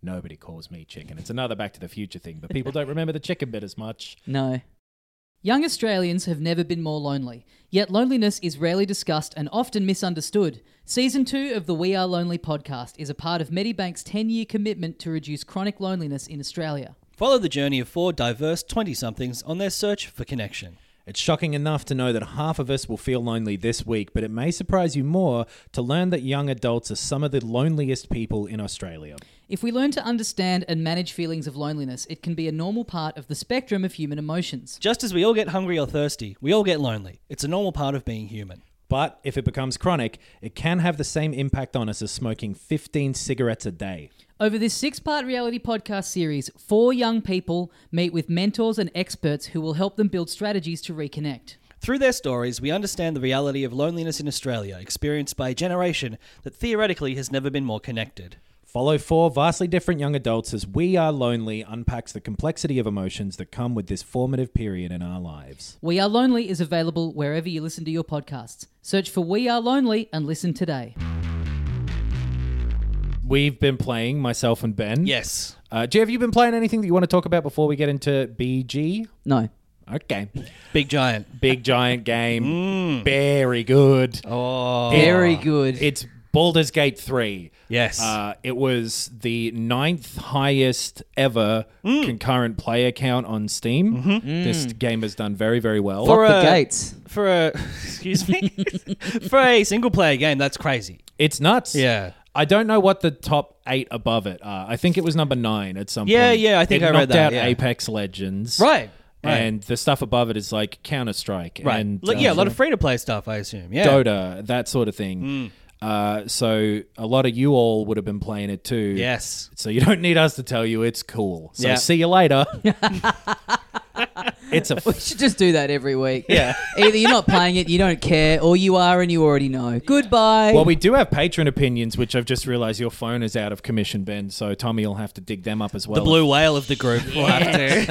Nobody calls me chicken. It's another Back to the Future thing, but people don't remember the chicken bit as much.
No. Young Australians have never been more lonely, yet loneliness is rarely discussed and often misunderstood. Season 2 of the We Are Lonely podcast is a part of Medibank's 10 year commitment to reduce chronic loneliness in Australia.
Follow the journey of four diverse 20 somethings on their search for connection.
It's shocking enough to know that half of us will feel lonely this week, but it may surprise you more to learn that young adults are some of the loneliest people in Australia.
If we learn to understand and manage feelings of loneliness, it can be a normal part of the spectrum of human emotions.
Just as we all get hungry or thirsty, we all get lonely. It's a normal part of being human.
But if it becomes chronic, it can have the same impact on us as smoking 15 cigarettes a day.
Over this six part reality podcast series, four young people meet with mentors and experts who will help them build strategies to reconnect.
Through their stories, we understand the reality of loneliness in Australia, experienced by a generation that theoretically has never been more connected.
Follow four vastly different young adults as We Are Lonely unpacks the complexity of emotions that come with this formative period in our lives.
We Are Lonely is available wherever you listen to your podcasts. Search for We Are Lonely and listen today.
We've been playing, myself and Ben.
Yes.
Uh, Jay, have you been playing anything that you want to talk about before we get into BG?
No.
Okay.
Big giant.
Big
*laughs*
giant game.
Mm.
Very good.
Very good.
It's Baldur's Gate 3.
Oh. Yes.
Uh, it was the ninth highest ever
Mm.
concurrent player count on Steam. This game has done very, very well.
Lock Mm. the
Mm-hmm. a-
gates.
for a *laughs* excuse *laughs* me for a single player game that's crazy
it's nuts.
Yeah.
I don't know what the top eight above it are. I think it was number nine at some
Yeah,
point.
yeah, I think
it
I read
knocked
that,
out
yeah.
Apex Legends.
Right, right.
And the stuff above it is like Counter Strike.
right
And,
Look, yeah a
uh,
lot of free to play stuff i assume yeah *laughs* Mm.
Dota, that sort of thing. Uh, so a lot of you all would have been playing it too.
yes
So you don't need us to tell you it's cool. So
Yeah.
see
*laughs*
you later. it's a
You should just do that every week. Yeah. *laughs* Either you're not playing it, you don't care, or you are and you already know. Goodbye.
well. We do have patron opinions, which I've just realised your phone is out of commission, Ben. So Tommy will have to dig them up as well.
the blue whale of the group will have *laughs*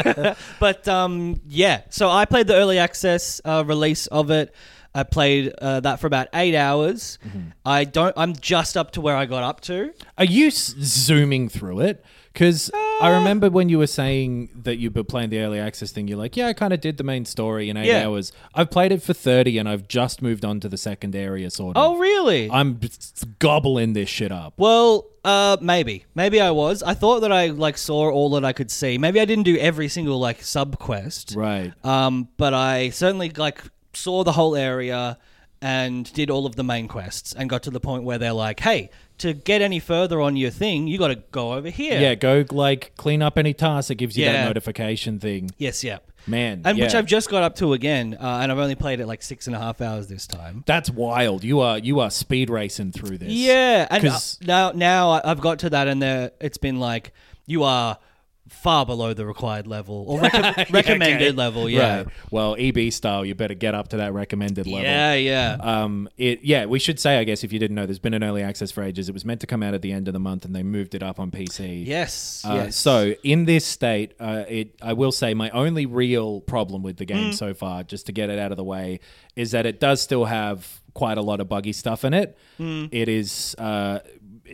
to but um yeah so i played the early access uh, release of it i played uh, that for about eight hours i don't i'm just up to where i got up to
Are you s- zooming through it? Because
Uh.
I remember when you were saying that you were playing the early access thing, you're like, yeah, I kind of did the main story in eight
Yeah.
hours. I've played it for 30 and I've just moved on to the second area, sort of.
oh really
I'm b- s- gobbling this shit up.
Well, uh, maybe, maybe I was. I thought that I like saw all that I could see. Maybe I didn't do every single like sub quest,
Right.
Um, but I certainly like saw the whole area and did all of the main quests and got to the point where they're like, "Hey, to get any further on your thing, you got to go over here."
Yeah, go like clean up any tasks that gives you
Yeah.
that notification thing.
Yes. Yep.
Man,
And which
yeah.
I've just got up to again, uh, and I've only played it like six and a half hours this time.
That's wild. You are you are speed racing through this.
Yeah, and uh,
'Cause-
now now I- I've got to that, and there it's been like you are far below the required level or
*laughs*
recom- recommended level. Yeah,
Right. Well, EB style, you better get up to that recommended level.
yeah, yeah.
Um, it yeah, we should say I guess if you didn't know, there's been an early access for ages. It was meant to come out at the end of the month, and they moved it up on PC.
yes,
Uh,
yes.
So in this state, uh, it I will say my only real problem with the game
Hmm.
so far, just to get it out of the way, is that it does still have quite a lot of buggy stuff in it.
Hmm.
It is uh,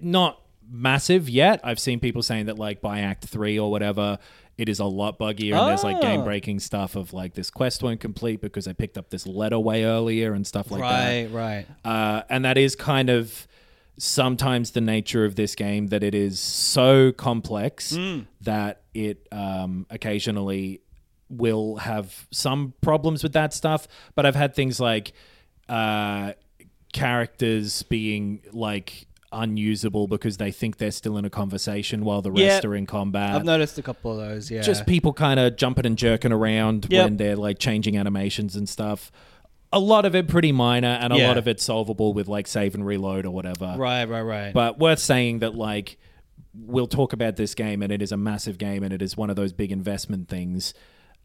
not massive yet. I've seen people saying that like by Act Three or whatever. It is a lot buggier, and there's like
Oh.
game breaking stuff of like this quest won't complete because I picked up this letter way earlier and stuff like that
right, right.
uh, and that is kind of sometimes the nature of this game that it is so complex
Mm.
that it um, occasionally will have some problems with that stuff. But I've had things like uh, characters being like unusable because they think they're still in a conversation while the rest
Yeah.
are in combat
I've noticed a couple of those. Yeah,
just people kind of jumping and jerking around
Yep.
when they're like changing animations and stuff. A lot of it pretty minor, and a
Yeah.
lot of it solvable with like save and reload or whatever.
right, right, right.
But worth saying that like we'll talk about this game, and it is a massive game, and it is one of those big investment things.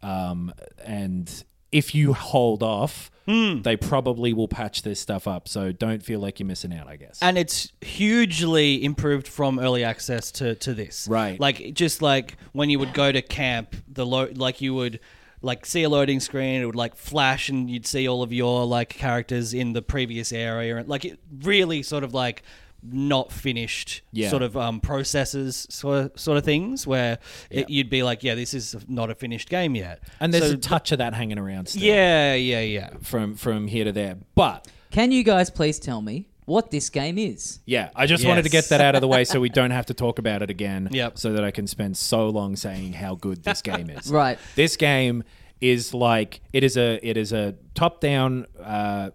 Um, and if you hold off,
Hmm.
they probably will patch this stuff up. So don't feel like you're missing out. I guess.
and it's hugely improved from early access to, to this.
Right.
Like it just like when you would go to camp, the lo- like you would like see a loading screen, it would like flash and you'd see all of your like characters in the previous area and like it really sort of like not finished
Yeah.
sort of um, processes sort of, sort of things where it, you'd be like, yeah, this is not a finished game yet.
And there's
So-
a touch of that hanging around still
yeah, yeah, yeah.
from from here to there, but.
Can you guys please tell me what this game is?
Yeah, I just wanted to
Yes.
get that out of the
*laughs*
way so we don't have to talk about it again.
Yep.
So that I can spend so long saying how good this
*laughs*
game is.
Right.
This game is like it is a it is a top down uh,
Hmm.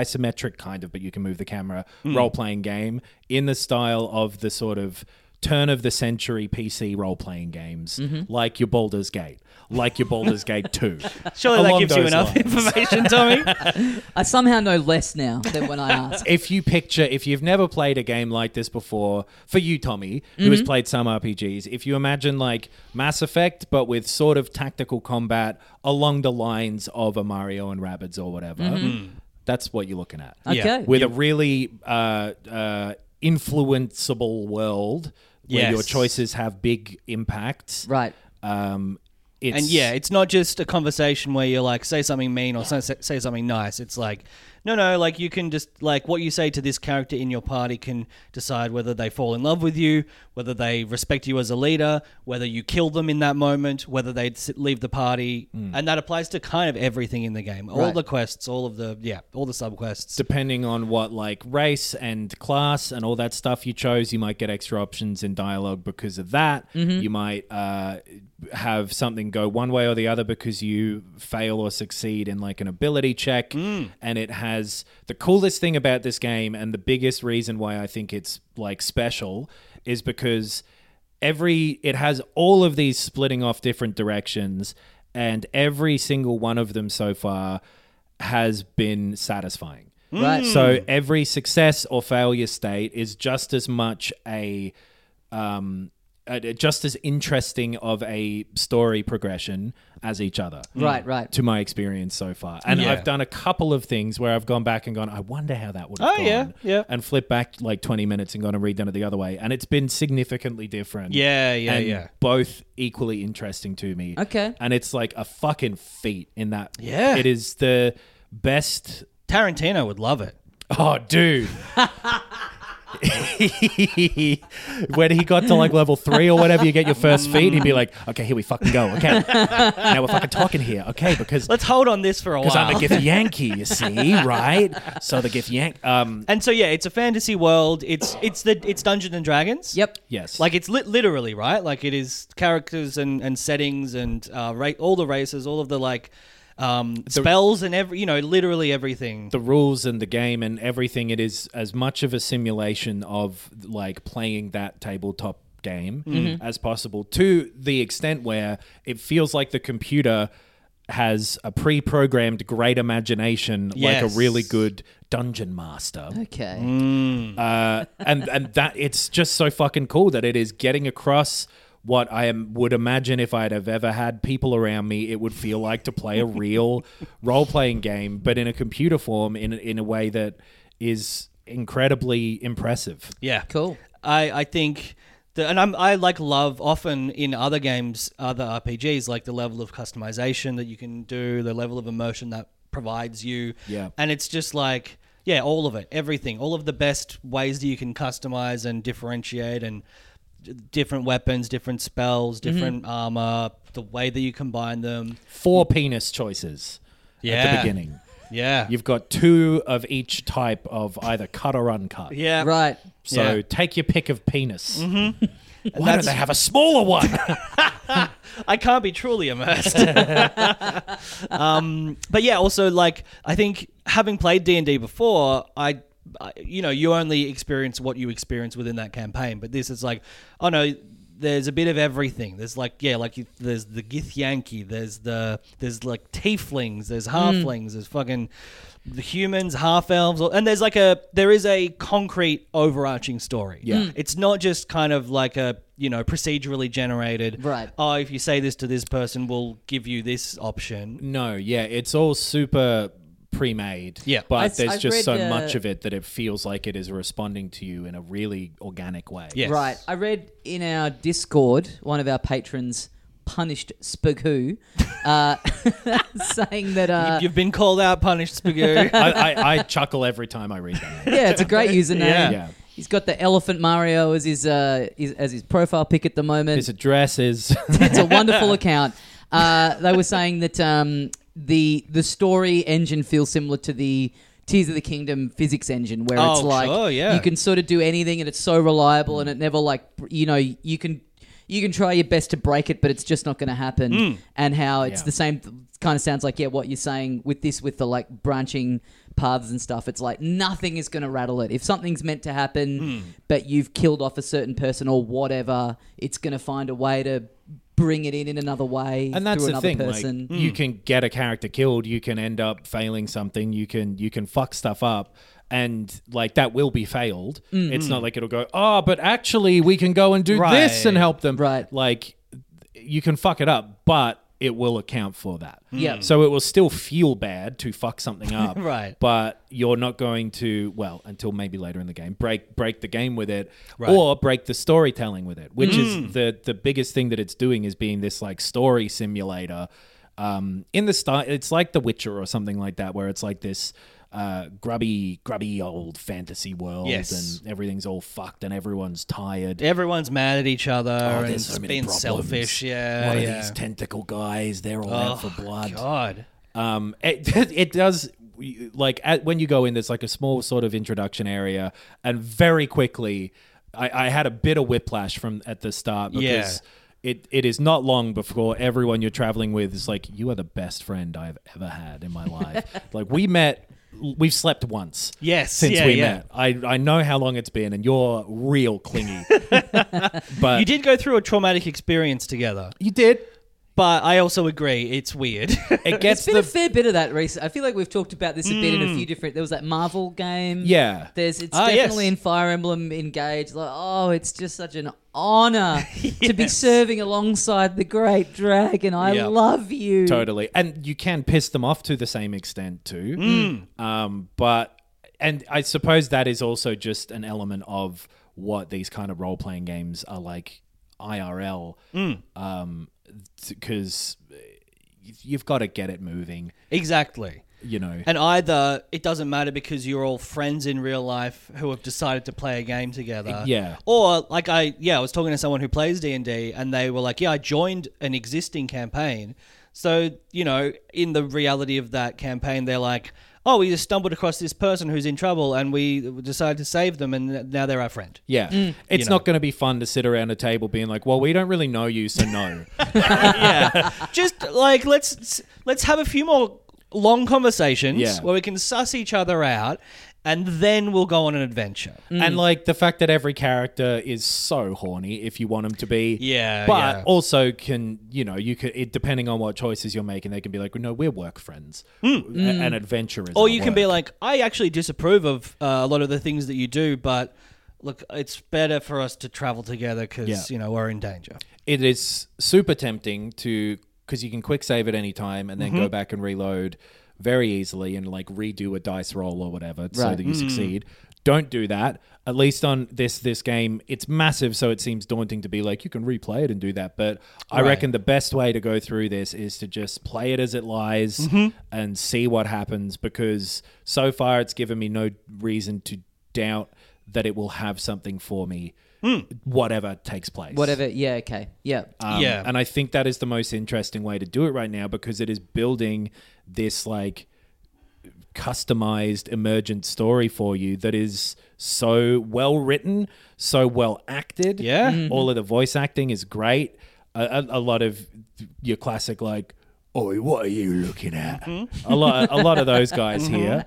isometric kind of, but you can move the camera role playing game in the style of the sort of turn of the century PC role playing games
Mm-hmm.
like your Baldur's Gate, like your Baldur's
*laughs*
Gate 2.
Surely that
Along
gives you
those
enough
lines.
information, Tommy.
*laughs* I somehow know less now than when I
*laughs*
asked.
if you picture if you've never played a game like this before for you tommy who has played some rpgs if you imagine like mass effect but with sort of tactical combat along the lines of a mario and rabbids or whatever that's what you're looking at
Okay.
with a really uh, uh, influenceable world where your
Yes.
choices have big impacts
Right.
um it's,
and yeah, it's not just a conversation where you're like say something mean or say, say something nice. It's like no, no, like you can just like what you say to this character in your party can decide whether they fall in love with you, whether they respect you as a leader, whether you kill them in that moment, whether they leave the party, and that applies to kind of everything in the game. All
Right.
the quests, all of the yeah, all the subquests.
depending on what like race and class and all that stuff you chose you might get extra options in dialogue because of that you might uh, have something go one way or the other because you fail or succeed in like an ability check and it has the coolest thing about this game and the biggest reason why i think it's like special is because every it has all of these splitting off different directions and every single one of them so far has been satisfying
Hmm. Right.
so every success or failure state is just as much a um a, just as interesting of a story progression as each other
Hmm. Right, right.
to my experience so far and
Yeah.
i've done a couple of things where i've gone back and gone i wonder how that would have
Oh,
gone
yeah, yeah.
and flipped back like 20 minutes and gone and redone it the other way and it's been significantly different
yeah, yeah,
and
yeah.
both equally interesting to me.
Okay.
And it's like a fucking feat in that.
Yeah.
It is the best.
Tarantino would love it.
Oh, dude. *laughs* when he got to like level three or whatever, you get
*laughs*
your first feat, he'd be like, okay, here we fucking go. Okay. *laughs* now we're fucking talking here. Okay. Because.
Let's hold on this for a while.
because I'm a Gith Yankee, you see, right? So the Gith Yank, um,
and so yeah, it's a fantasy world. It's it's the it's Dungeons and Dragons.
Yep.
*laughs*
yes,
Like it's lit literally right. Like it is characters and and settings and uh, ra- all the races, all of the like um, spells and every you know literally everything.
the rules and the game and everything it is as much of a simulation of like playing that tabletop game as possible to the extent where it feels like the computer has a pre-programmed great imagination like a
Yes.
really good dungeon master
Okay.
uh, and and that it's just so fucking cool that it is getting across what I am would imagine if I'd have ever had people around me, it would feel like to play
*laughs*
a real role playing game, but in a computer form in in a way that is incredibly impressive.
yeah,
Cool.
I I think. The, and I'm, I like love often in other games, other RPGs, like the level of customization that you can do, the level of immersion that provides you.
Yeah.
And it's just like, yeah, all of it, everything, all of the best ways that you can customize and differentiate and d- different weapons, different spells, different armor, the way that you combine them.
Four penis choices at
Yeah.
the beginning.
Yeah.
You've got two of each type of either cut or uncut.
yeah.
Right.
So
Yeah. Mm-hmm.
take your pick of penis. Why don't they have a smaller one?
I can't be truly immersed. um, but yeah, also like I think having played D and D before, I, I you know you only experience what you experience within that campaign. But this is like, oh no. There's a bit of everything. There's like yeah, like you, there's the Gith Yankee. There's the there's like tieflings. There's halflings. There's fucking the humans, half elves, and there's like a there is a concrete overarching story. Yeah, it's not just kind of like a you know procedurally generated.
Right.
Oh, if you say this to this person, we'll give you this option.
No, yeah, it's all super pre-made.
Yeah.
but
I've-
there's
I've
just
read,
so
uh,
much of it that it feels like it is responding to you in a really organic way.
Yes.
Right. I read in our Discord, one of our patrons punished Spagoo, uh, *laughs* saying that. Uh,
You've been called out, punished, Spagoo.
*laughs* I, I, I chuckle every time I read that.
yeah, it's a great username.
Yeah.
Yeah.
He's got the elephant Mario as his, uh, his as his profile pic at the moment.
His address is
*laughs* it's a wonderful account. Uh, they were saying that um, the the story engine feels similar to the Tears of the Kingdom physics engine, where it's
Oh,
like
sure, yeah.
you can sort of do anything, and it's so reliable, and it never like you know you can you can try your best to break it, but it's just not going to happen.
Mm.
And how it's the same kind of sounds like yeah, what you're saying with this, with the like branching paths and stuff. It's like nothing is going to rattle it. If something's meant to happen,
Mm.
but you've killed off a certain person or whatever, it's going to find a way to bring it in in another way
and that's
through
the
another
thing
person.
like mm. you can get a character killed you can end up failing something you can you can fuck stuff up and like that will be failed
Hmm.
it's not like it'll go oh but actually we can go and do this and
Right.
help them
Right.
like you can fuck it up but it will account for that
Yep.
so it will still feel bad to fuck
*laughs*
something up
Right.
but you're not going to well until maybe later in the game break break the game with it or break the storytelling with it which
Mm.
is the the biggest thing that it's doing is being this like story simulator um in the start it's like the witcher or something like that where it's like this uh, grubby, grubby old fantasy world,
Yes.
and everything's all fucked, and everyone's tired. Oh,
Everyone's mad at each other and
There's so many
being
problems.
selfish. Yeah,
What are
yeah. Oh,
these tentacle guys? They're all out for blood.
God.
Um, it *laughs* it does like at, when you go in, there's like a small sort of introduction area, and very quickly, I, I had a bit of whiplash from at the start because.
Yeah.
It, it is not long before everyone you're traveling with is like you are the best friend I've ever had in
*laughs*
my life. like we met, we've slept once.
Yes,
since
yeah,
we
yeah.
met, I I know how long it's been, and you're real clingy.
*laughs*
but Uh,
You did go through a traumatic experience together,
you did.
but I also agree it's weird. *laughs*
It
It's
gets
been
the Hmm.
a fair bit of that recent. I feel like we've talked about this a bit in a few different. There was that Marvel game.
Yeah.
there's it's
Ah, yes.
definitely in Fire Emblem Engage. Like, oh, it's just such an honor
*laughs*
to be serving alongside the great dragon. I
Yeah.
love you.
*laughs* totally and you can piss them off to the same extent too um, but and i suppose that is also just an element of what these kind of role-playing games are like irl Um, because you've got to get it moving
exactly.
you know
And either it doesn't matter because you're all friends in real life who have decided to play a game together.
Yeah.
Or like I yeah, I was talking to someone who plays D&D and they were like, "Yeah, I joined an existing campaign." So, you know, in the reality of that campaign, they're like, "Oh, we just stumbled across this person who's in trouble and we decided to save them and now they're our friend."
yeah it's not going to be fun to sit around a table being like well we don't really know you so no
yeah. Just like let's let's have a few more long conversations
Yeah.
where we can suss each other out and then we'll go on an adventure.
And like the fact that every character is so horny if you want them to be.
Yeah,
But
yeah.
also can, you know, you could, it, depending on what choices you're making, they can be like, no, we're work friends. A- An adventurer.
Hmm. Or you can be like, I actually disapprove of uh, a lot of the things that you do, but look, it's better for us to travel together because
Yeah.
you know we're in danger.
It is super tempting to, because you can quick save at any time and then
Mm-hmm.
go back and reload very easily and like redo a dice roll or whatever so
Right. Mm-hmm.
that you succeed. Don't do that. At least on this this game, it's massive, so it seems daunting to be like you can replay it and do that. But I
Right.
reckon the best way to go through this is to just play it as it lies
Mm-hmm.
and see what happens because so far it's given me no reason to doubt that it will have something for me, whatever takes place.
Hmm. Whatever. Yeah. Okay. Yeah.
Um,
Yeah.
And I think that is the most interesting way to do it right now because it is building this like customized emergent story for you that is so well written, so well acted.
Yeah. Mm-hmm.
All of the voice acting is great. A, a, a lot of your classic like, "Oi, what are you looking at?"
Mm-hmm.
A lot, a lot of those guys here.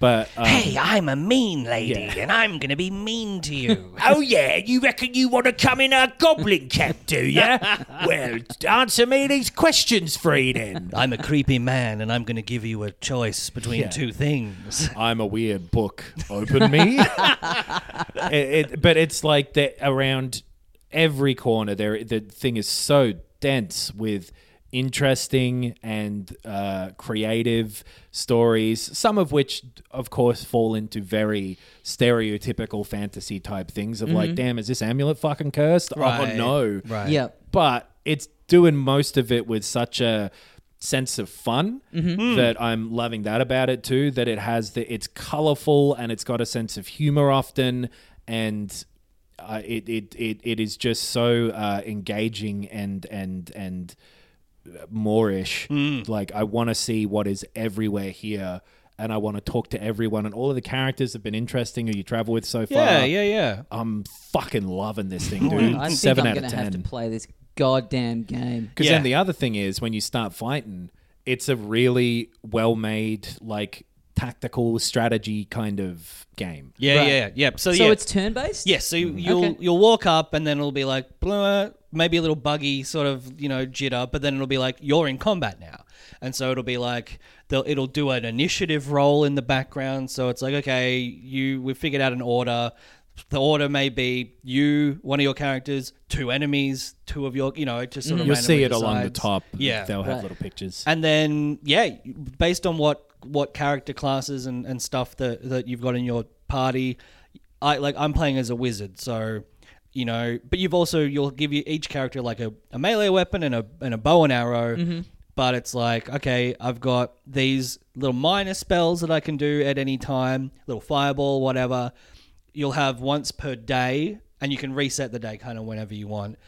But um,
Hey, I'm a mean lady, and I'm gonna be mean to you.
Oh yeah, you reckon you want to come in our goblin camp, do
*laughs*
ya? well, answer me these questions, free then.
*laughs* I'm a creepy man, and I'm gonna give you a choice between two *laughs* things.
I'm a weird book.
*laughs*
Open me. it, it- but it's like that around every corner. There, the thing is so dense with interesting and uh, creative stories. Some of which, of course, fall into very stereotypical fantasy type things of like, damn, is this amulet fucking cursed?
Mm-hmm. Right.
Oh no,
Right.
Yeah.
but it's doing most of it with such a sense of fun
Mm-hmm.
Hmm.
that I'm loving that about it too. That it has the it's colorful and it's got a sense of humor often, and uh, it, it it it is just so uh, engaging and and
Hmm.
and moorish. Like I want to see what is everywhere here. and I want to talk to everyone. And all of the characters have been interesting who you travel with so far.
Yeah, yeah, yeah.
I'm fucking loving this thing,
*laughs*
dude.
I think
Seven
I'm
out
gonna
of
have to
ten.
play this goddamn game.
Because
Yeah.
then the other thing is when you start fighting, it's a really well made, like tactical strategy kind of game.
Yeah,
Right.
yeah, yeah. So,
So
yeah.
it's turn based.
Yes, so
Mm-hmm.
you- you'll
Okay.
you'll walk up and then it'll be like blah, maybe a little buggy sort of you know jitter, but then it'll be like you're in combat now, and so it'll be like they'll, it'll do an initiative roll in the background. So it's like okay, you we figured out an order. The order may be you, one of your characters, two enemies, two of your you know just sort of
You'll
randomly
see it along the
decides.
top.
Yeah,
They'll have
Right.
little pictures.
and then yeah, based on what what character classes and, and stuff that that you've got in your party, I like I'm playing as a wizard, so you know. But you've also you'll give you each character like a, a melee weapon and a and a bow and arrow. But it's like okay, I've got these little minor spells that I can do at any time, little fireball, whatever. You'll have once per day, and you can reset the day kind of whenever you want.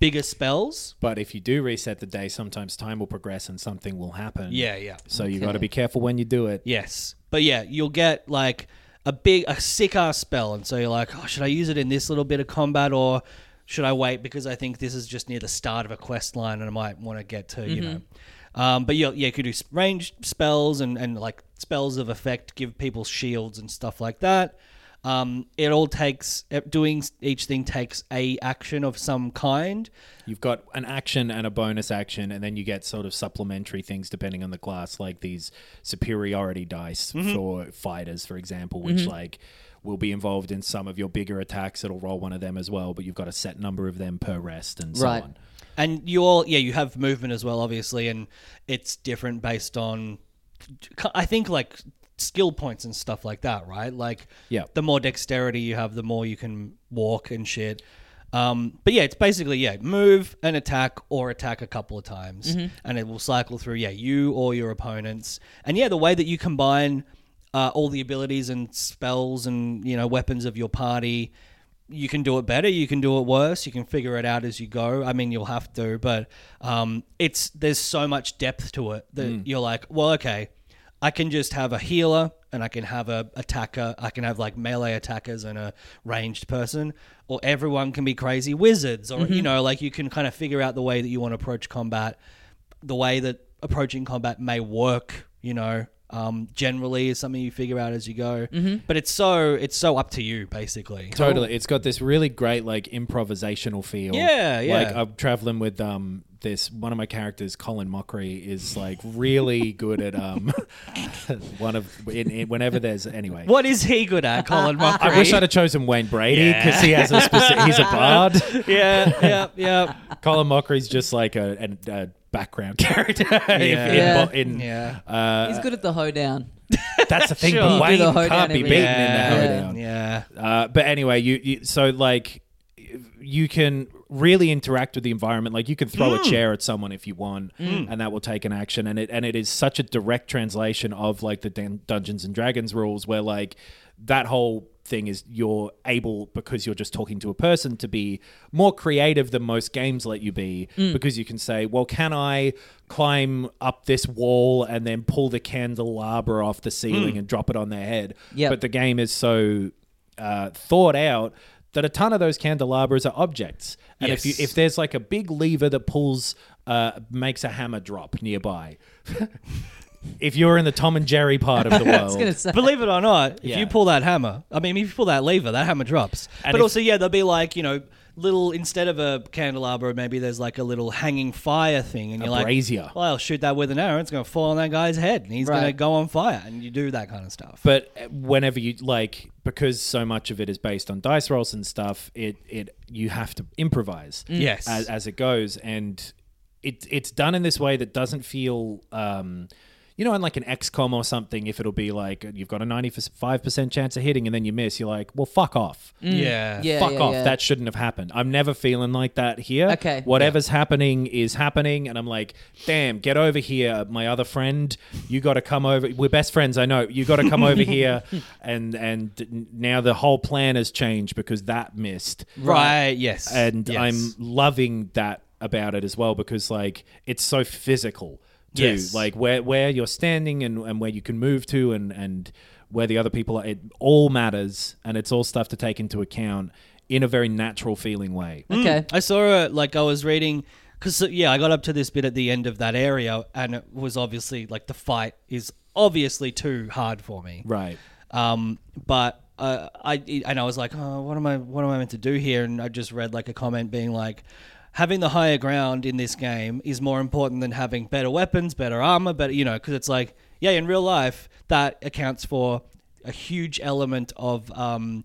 Bigger spells,
But if you do reset the day, sometimes time will progress and something will happen.
yeah, yeah.
So you got to be careful when you do it.
Yes. But yeah, you'll get like a big, a sick ass spell. And so you're like, oh, should I use it in this little bit of combat or should I wait because I think this is just near the start of a quest line and I might want to get to, you know. Um, but yeah, yeah, you could do s- ranged spells and, and like spells of effect, give people shields and stuff like that. Um, it all takes eh, doing s- each thing takes a action of some kind.
You've got an action and a bonus action, and then you get sort of supplementary things depending on the class, like these superiority dice
Mm-hmm.
for fighters, for example, which like will be involved in some of your bigger attacks. It'll roll one of them as well, but you've got a set number of them per rest and so
Right.
on.
and you all yeah you have movement as well obviously and it's different based on i think like skill points and stuff like that right like
Yeah.
the more dexterity you have the more you can walk and shit um, but yeah it's basically yeah move and attack or attack a couple of times and it will cycle through yeah you or your opponents and yeah the way that you combine uh, all the abilities and spells and you know weapons of your party you can do it better, you can do it worse, you can figure it out as you go. I mean, you'll have to, but um, it's there's so much depth to it that you're like, well, okay, I can just have a healer and I can have a attacker, I can have like melee attackers and a ranged person, or everyone can be crazy wizards, or
Mm-hmm.
you know, like you can kind of figure out the way that you want to approach combat the way that approaching combat may work, you know, um, generally is something you figure out as you go.
Mm-hmm.
But it's so it's so up to you, basically.
Totally. It's got this really great like improvisational feel.
Yeah, yeah.
Like I'm traveling with um this one of my characters, Colin Mockery, is like really good at um *laughs* one of in, in, whenever there's anyway.
What is he good at,
*laughs*
Colin Mockery?
I wish I'd have chosen Wayne Brady because he has a specific. He's a
*laughs*
bard.
yeah, yeah,
*laughs*
yeah.
Colin Mockery's just like a, a, a background character. *laughs* Yeah.
Yeah.
Yeah.
He's good at the hoedown.
That's the thing.
Sure.
But Wayne
Do the hoedown
can't be
every-
beaten
yeah.
in the
yeah.
hoedown. Uh, but anyway, you, you so like you can really interact with the environment. Like you can throw a chair at someone if you want, and that will take an action. And it and it is such a direct translation of like the Dun- Dungeons and Dragons rules, where like that whole thing is you're able because you're just talking to a person to be more creative than most games let you be because you can say well can i climb up this wall and then pull the candelabra off the ceiling and drop it on their head
Yep.
but the game is so uh, thought out that a ton of those candelabras are objects. And if you if there's like a big lever that pulls uh, makes a hammer drop nearby. *laughs* if you're in the Tom and Jerry part of the
*laughs* I was
world.
gonna
*laughs*
say.
Believe it or not, if
Yeah.
you pull that hammer, I mean, if you pull that lever, that hammer drops.
And
but
if-
also, yeah, there'll be like, you know, little, instead of a candelabra, maybe there's like a little hanging fire thing. And you're like,
brazier.
well, I'll shoot that with an arrow. It's going to fall on that guy's head and he's
Right.
going to go on fire. And you do that kind of stuff.
But whenever you like, because so much of it is based on dice rolls and stuff, it it you have to improvise.
Mm.
Yes.
as, as it goes, and it it's done in this way that doesn't feel. Um, you know, in like an XCOM or something, if it'll be like you've got a ninety-five percent chance of hitting and then you miss, you're like, "Well, fuck off,
yeah.
Yeah,
fuck
yeah,
off,
yeah.
that shouldn't have happened." I'm never feeling like that here.
Okay.
whatever's happening is happening, and I'm like, "Damn, get over here, my other friend. You got to come over. We're best friends, I know. You got to come over here." And and now the whole plan has changed because that missed
Right. Yes.
and
Yes.
I'm loving that about it as well because like it's so physical. too.
Yes.
Like where where you're standing and, and where you can move to and, and where the other people are. It all matters and it's all stuff to take into account in a very natural feeling way.
Okay.
Hmm. I saw it like I was reading because yeah, I got up to this bit at the end of that area, and it was obviously like the fight is obviously too hard for me.
Right.
Um, but uh, I and I was like, oh, what am I? What am I meant to do here? And I just read like a comment being like. Having the higher ground in this game is more important than having better weapons, better armor, better, you know, because it's like, yeah, in real life, that accounts for a huge element of um,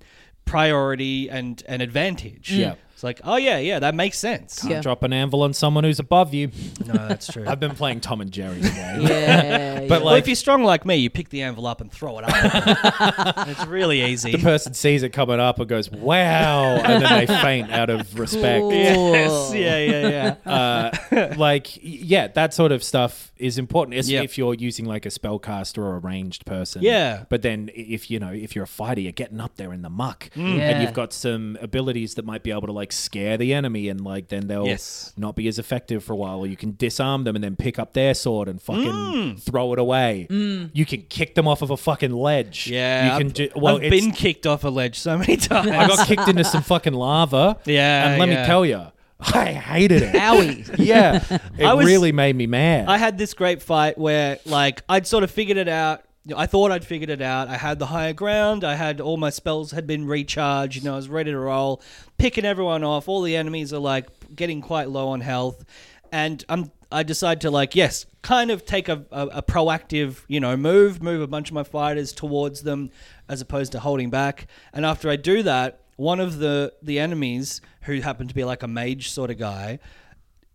priority and, and advantage.
Mm.
Yeah. It's like, oh, yeah, yeah, that makes sense.
Yeah.
Drop an anvil on someone who's above you.
No, that's true.
*laughs* I've been playing Tom and Jerry today.
Yeah.
*laughs* But
well,
like
if you're strong like me, you pick the anvil up and throw it up.
*laughs*
it's really easy.
the person sees it coming up and goes, "Wow!" and then they faint out of respect.
Cool.
*laughs* Yes. Yeah, yeah, yeah.
Uh, like y- yeah that sort of stuff is important es-
Yeah.
if you're using like a spellcaster or a ranged person
Yeah.
but then i- if you know if you're a fighter you're getting up there in the muck
Mm.
Yeah.
and you've got some abilities that might be able to like scare the enemy and like then they'll
Yes.
not be as effective for a while or you can disarm them and then pick up their sword and fucking
Mm.
throw it away you can kick them off of a fucking ledge
Yeah,
you can
I've,
do well
I've
it's-
been kicked off a ledge so many *laughs* times.
i got kicked into some fucking lava
Yeah,
and let
yeah.
me tell you i hated it
Owie.
*laughs* yeah, it
I was-
really made me mad.
I had this great fight where, like, I'd sort of figured it out. You know, I thought I'd figured it out. I had the higher ground. I had all my spells had been recharged. You know, I was ready to roll, picking everyone off. All the enemies are like getting quite low on health, and I'm. I decide to like, yes, kind of take a, a, a proactive, you know, move, move a bunch of my fighters towards them, as opposed to holding back. And after I do that, one of the the enemies who happened to be like a mage sort of guy,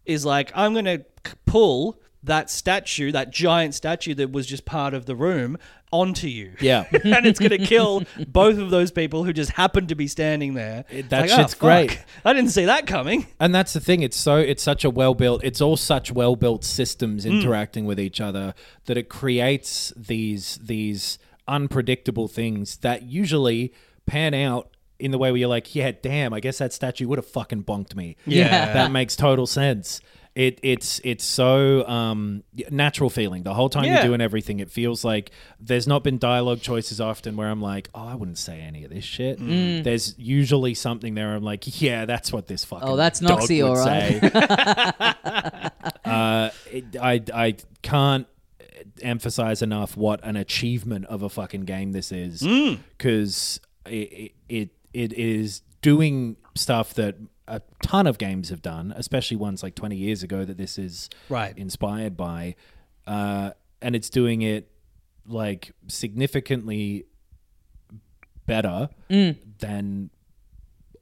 is like, I'm going to pull that statue, that giant statue that was just part of the room, onto you.
Yeah.
*laughs* and it's going to kill both of those people who just happened to be standing there.
that
It's "Oh,
shit's
fuck.
great.
I didn't see that coming.
and that's the thing. It's so it's such a well built. It's all such well built systems
Hmm.
interacting with each other that it creates these these unpredictable things that usually pan out in the way where you're like, yeah, damn, I guess that statue would have fucking bonked me.
Yeah.
that makes total sense. It, it's it's so um, natural feeling the whole time
Yeah.
you're doing everything. It feels like there's not been dialogue choices often where I'm like, oh, I wouldn't say any of this shit.
Mm.
There's usually something there. I'm like, yeah, that's what this fucking
Oh, that's
dog
Noxie,
would
all right.
say."
*laughs*
*laughs* uh, it, I I can't emphasize enough what an achievement of a fucking game this is because it, it it is doing stuff that a ton of games have done, especially ones like 20 years ago that this is
Right.
inspired by, uh, and it's doing it like significantly better
Mm.
than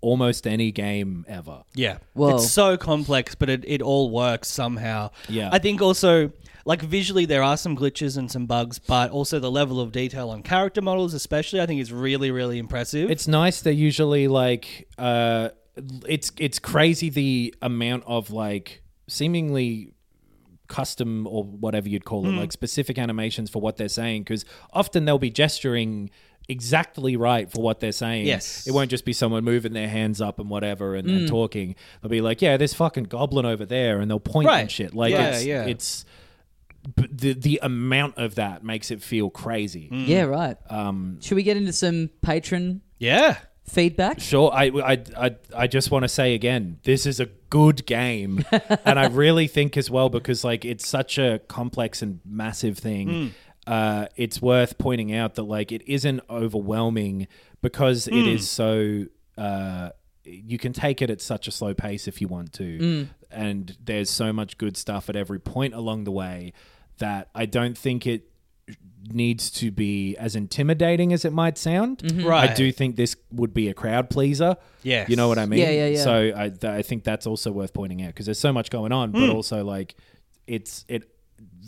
almost any game ever.
Yeah.
Whoa.
It's so complex, but it, it all works somehow.
Yeah.
I think also, like visually, there are some glitches and some bugs, but also the level of detail on character models, especially, I think is really, really impressive.
It's nice. They're usually like, uh, it's it's crazy the amount of like seemingly custom or whatever you'd call it,
Mm.
like specific animations for what they're saying, because often they'll be gesturing exactly right for what they're saying.
Yes. Mm.
it won't just be someone moving their hands up and whatever and, and talking. They'll be like, yeah, there's fucking goblin over there, and they'll point
Right.
and shit. Like,
Yeah,
it's,
yeah.
it's. But the the amount of that makes it feel
Mm.
crazy.
yeah, right. Um, Should we get into some patron
yeah.
feedback?
Sure, I, I, I, I just want to say again, this is a good game, and I really think as well because like it's such a complex and massive thing. Uh, it's worth pointing out that like it isn't overwhelming because it is so. Uh, you can take it at such a slow pace if you want to, and there's so much good stuff at every point along the way that I don't think it needs to be as intimidating as it might sound.
Mm-hmm. Right.
I do think this would be a crowd pleaser.
Yes.
You know what I mean?
Yeah, yeah, yeah.
So I, th- I think that's also worth pointing out because there's so much going on,
Mm.
but also like it's it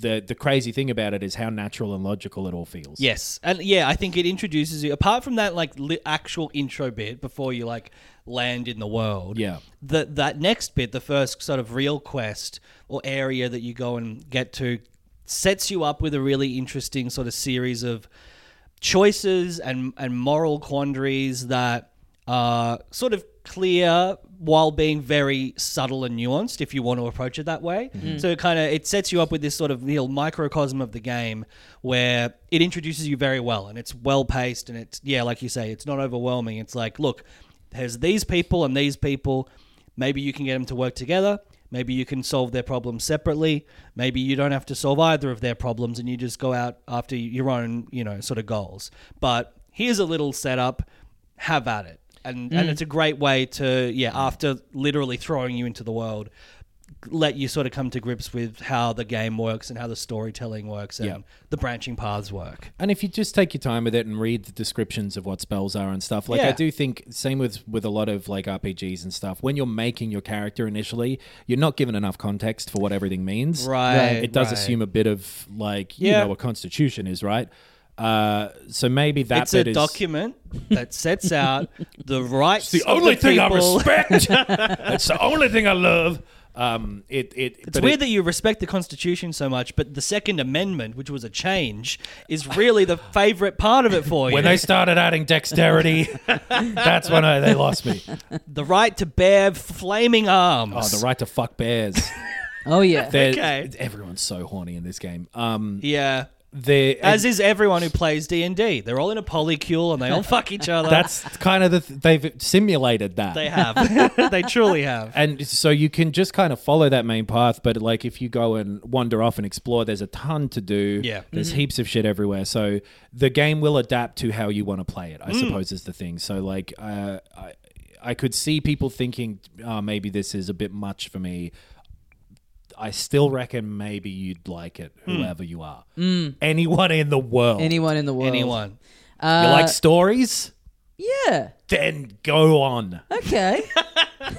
the the crazy thing about it is how natural and logical it all feels.
Yes, and yeah, I think it introduces you. Apart from that, like li- actual intro bit before you like land in the world.
Yeah.
That that next bit, the first sort of real quest or area that you go and get to, sets you up with a really interesting sort of series of choices and and moral quandaries that are sort of clear while being very subtle and nuanced if you want to approach it that way. So it kind of it sets you up with this sort of little microcosm of the game where it introduces you very well and it's well paced and it's yeah, like you say, it's not overwhelming. It's like, look, there's these people and these people. Maybe you can get them to work together. Maybe you can solve their problems separately. Maybe you don't have to solve either of their problems and you just go out after your own, you know, sort of goals. But here's a little setup. Have at it. And
Mm.
and it's a great way to yeah, after literally throwing you into the world, let you sort of come to grips with how the game works and how the storytelling works and
Yeah.
the branching paths work.
And if you just take your time with it and read the descriptions of what spells are and stuff, like
Yeah.
I do think same with with a lot of like RPGs and stuff. When you're making your character initially, you're not given enough context for what everything means.
Right, Right.
It does
right.
assume a bit of like you
Yeah.
know what constitution is, right? Uh, so maybe that
it's
bit
a
is
document that sets
*laughs*
out the rights.
It's the
of
only thing I
people. *laughs*
respect. *laughs* That's the only thing I love. Um, it it
It's weird that you respect the Constitution so much, but the Second Amendment, which was a change, is really the favorite part of it for you.
when they started adding
*laughs*
dexterity, that's when I, they lost *laughs* me.
the right to bear flaming arms.
Oh, the right to fuck bears.
Oh
*laughs*
yeah.
They're-
Okay.
Everyone's so horny in this game. Um,
Yeah.
they
As is everyone who plays D and D. They're all in a polycule and they all fuck each other.
that's kind of the th- they've simulated that.
uh, they have. *laughs* they truly
*laughs*
have.
and so you can just kind of follow that main path, but like if you go and wander off and explore, there's a ton to do.
Yeah.
there's heaps of shit everywhere. So the game will adapt to how you want to play
Mm.
it. I suppose is the thing. So like, uh, I I could see people thinking, oh, maybe this is a bit much for me. I still reckon maybe you'd like it,
Mm.
whoever you are. Anyone in the world.
Anyone in the world.
Anyone.
you like stories?
Yeah.
Then go on.
Okay. *laughs*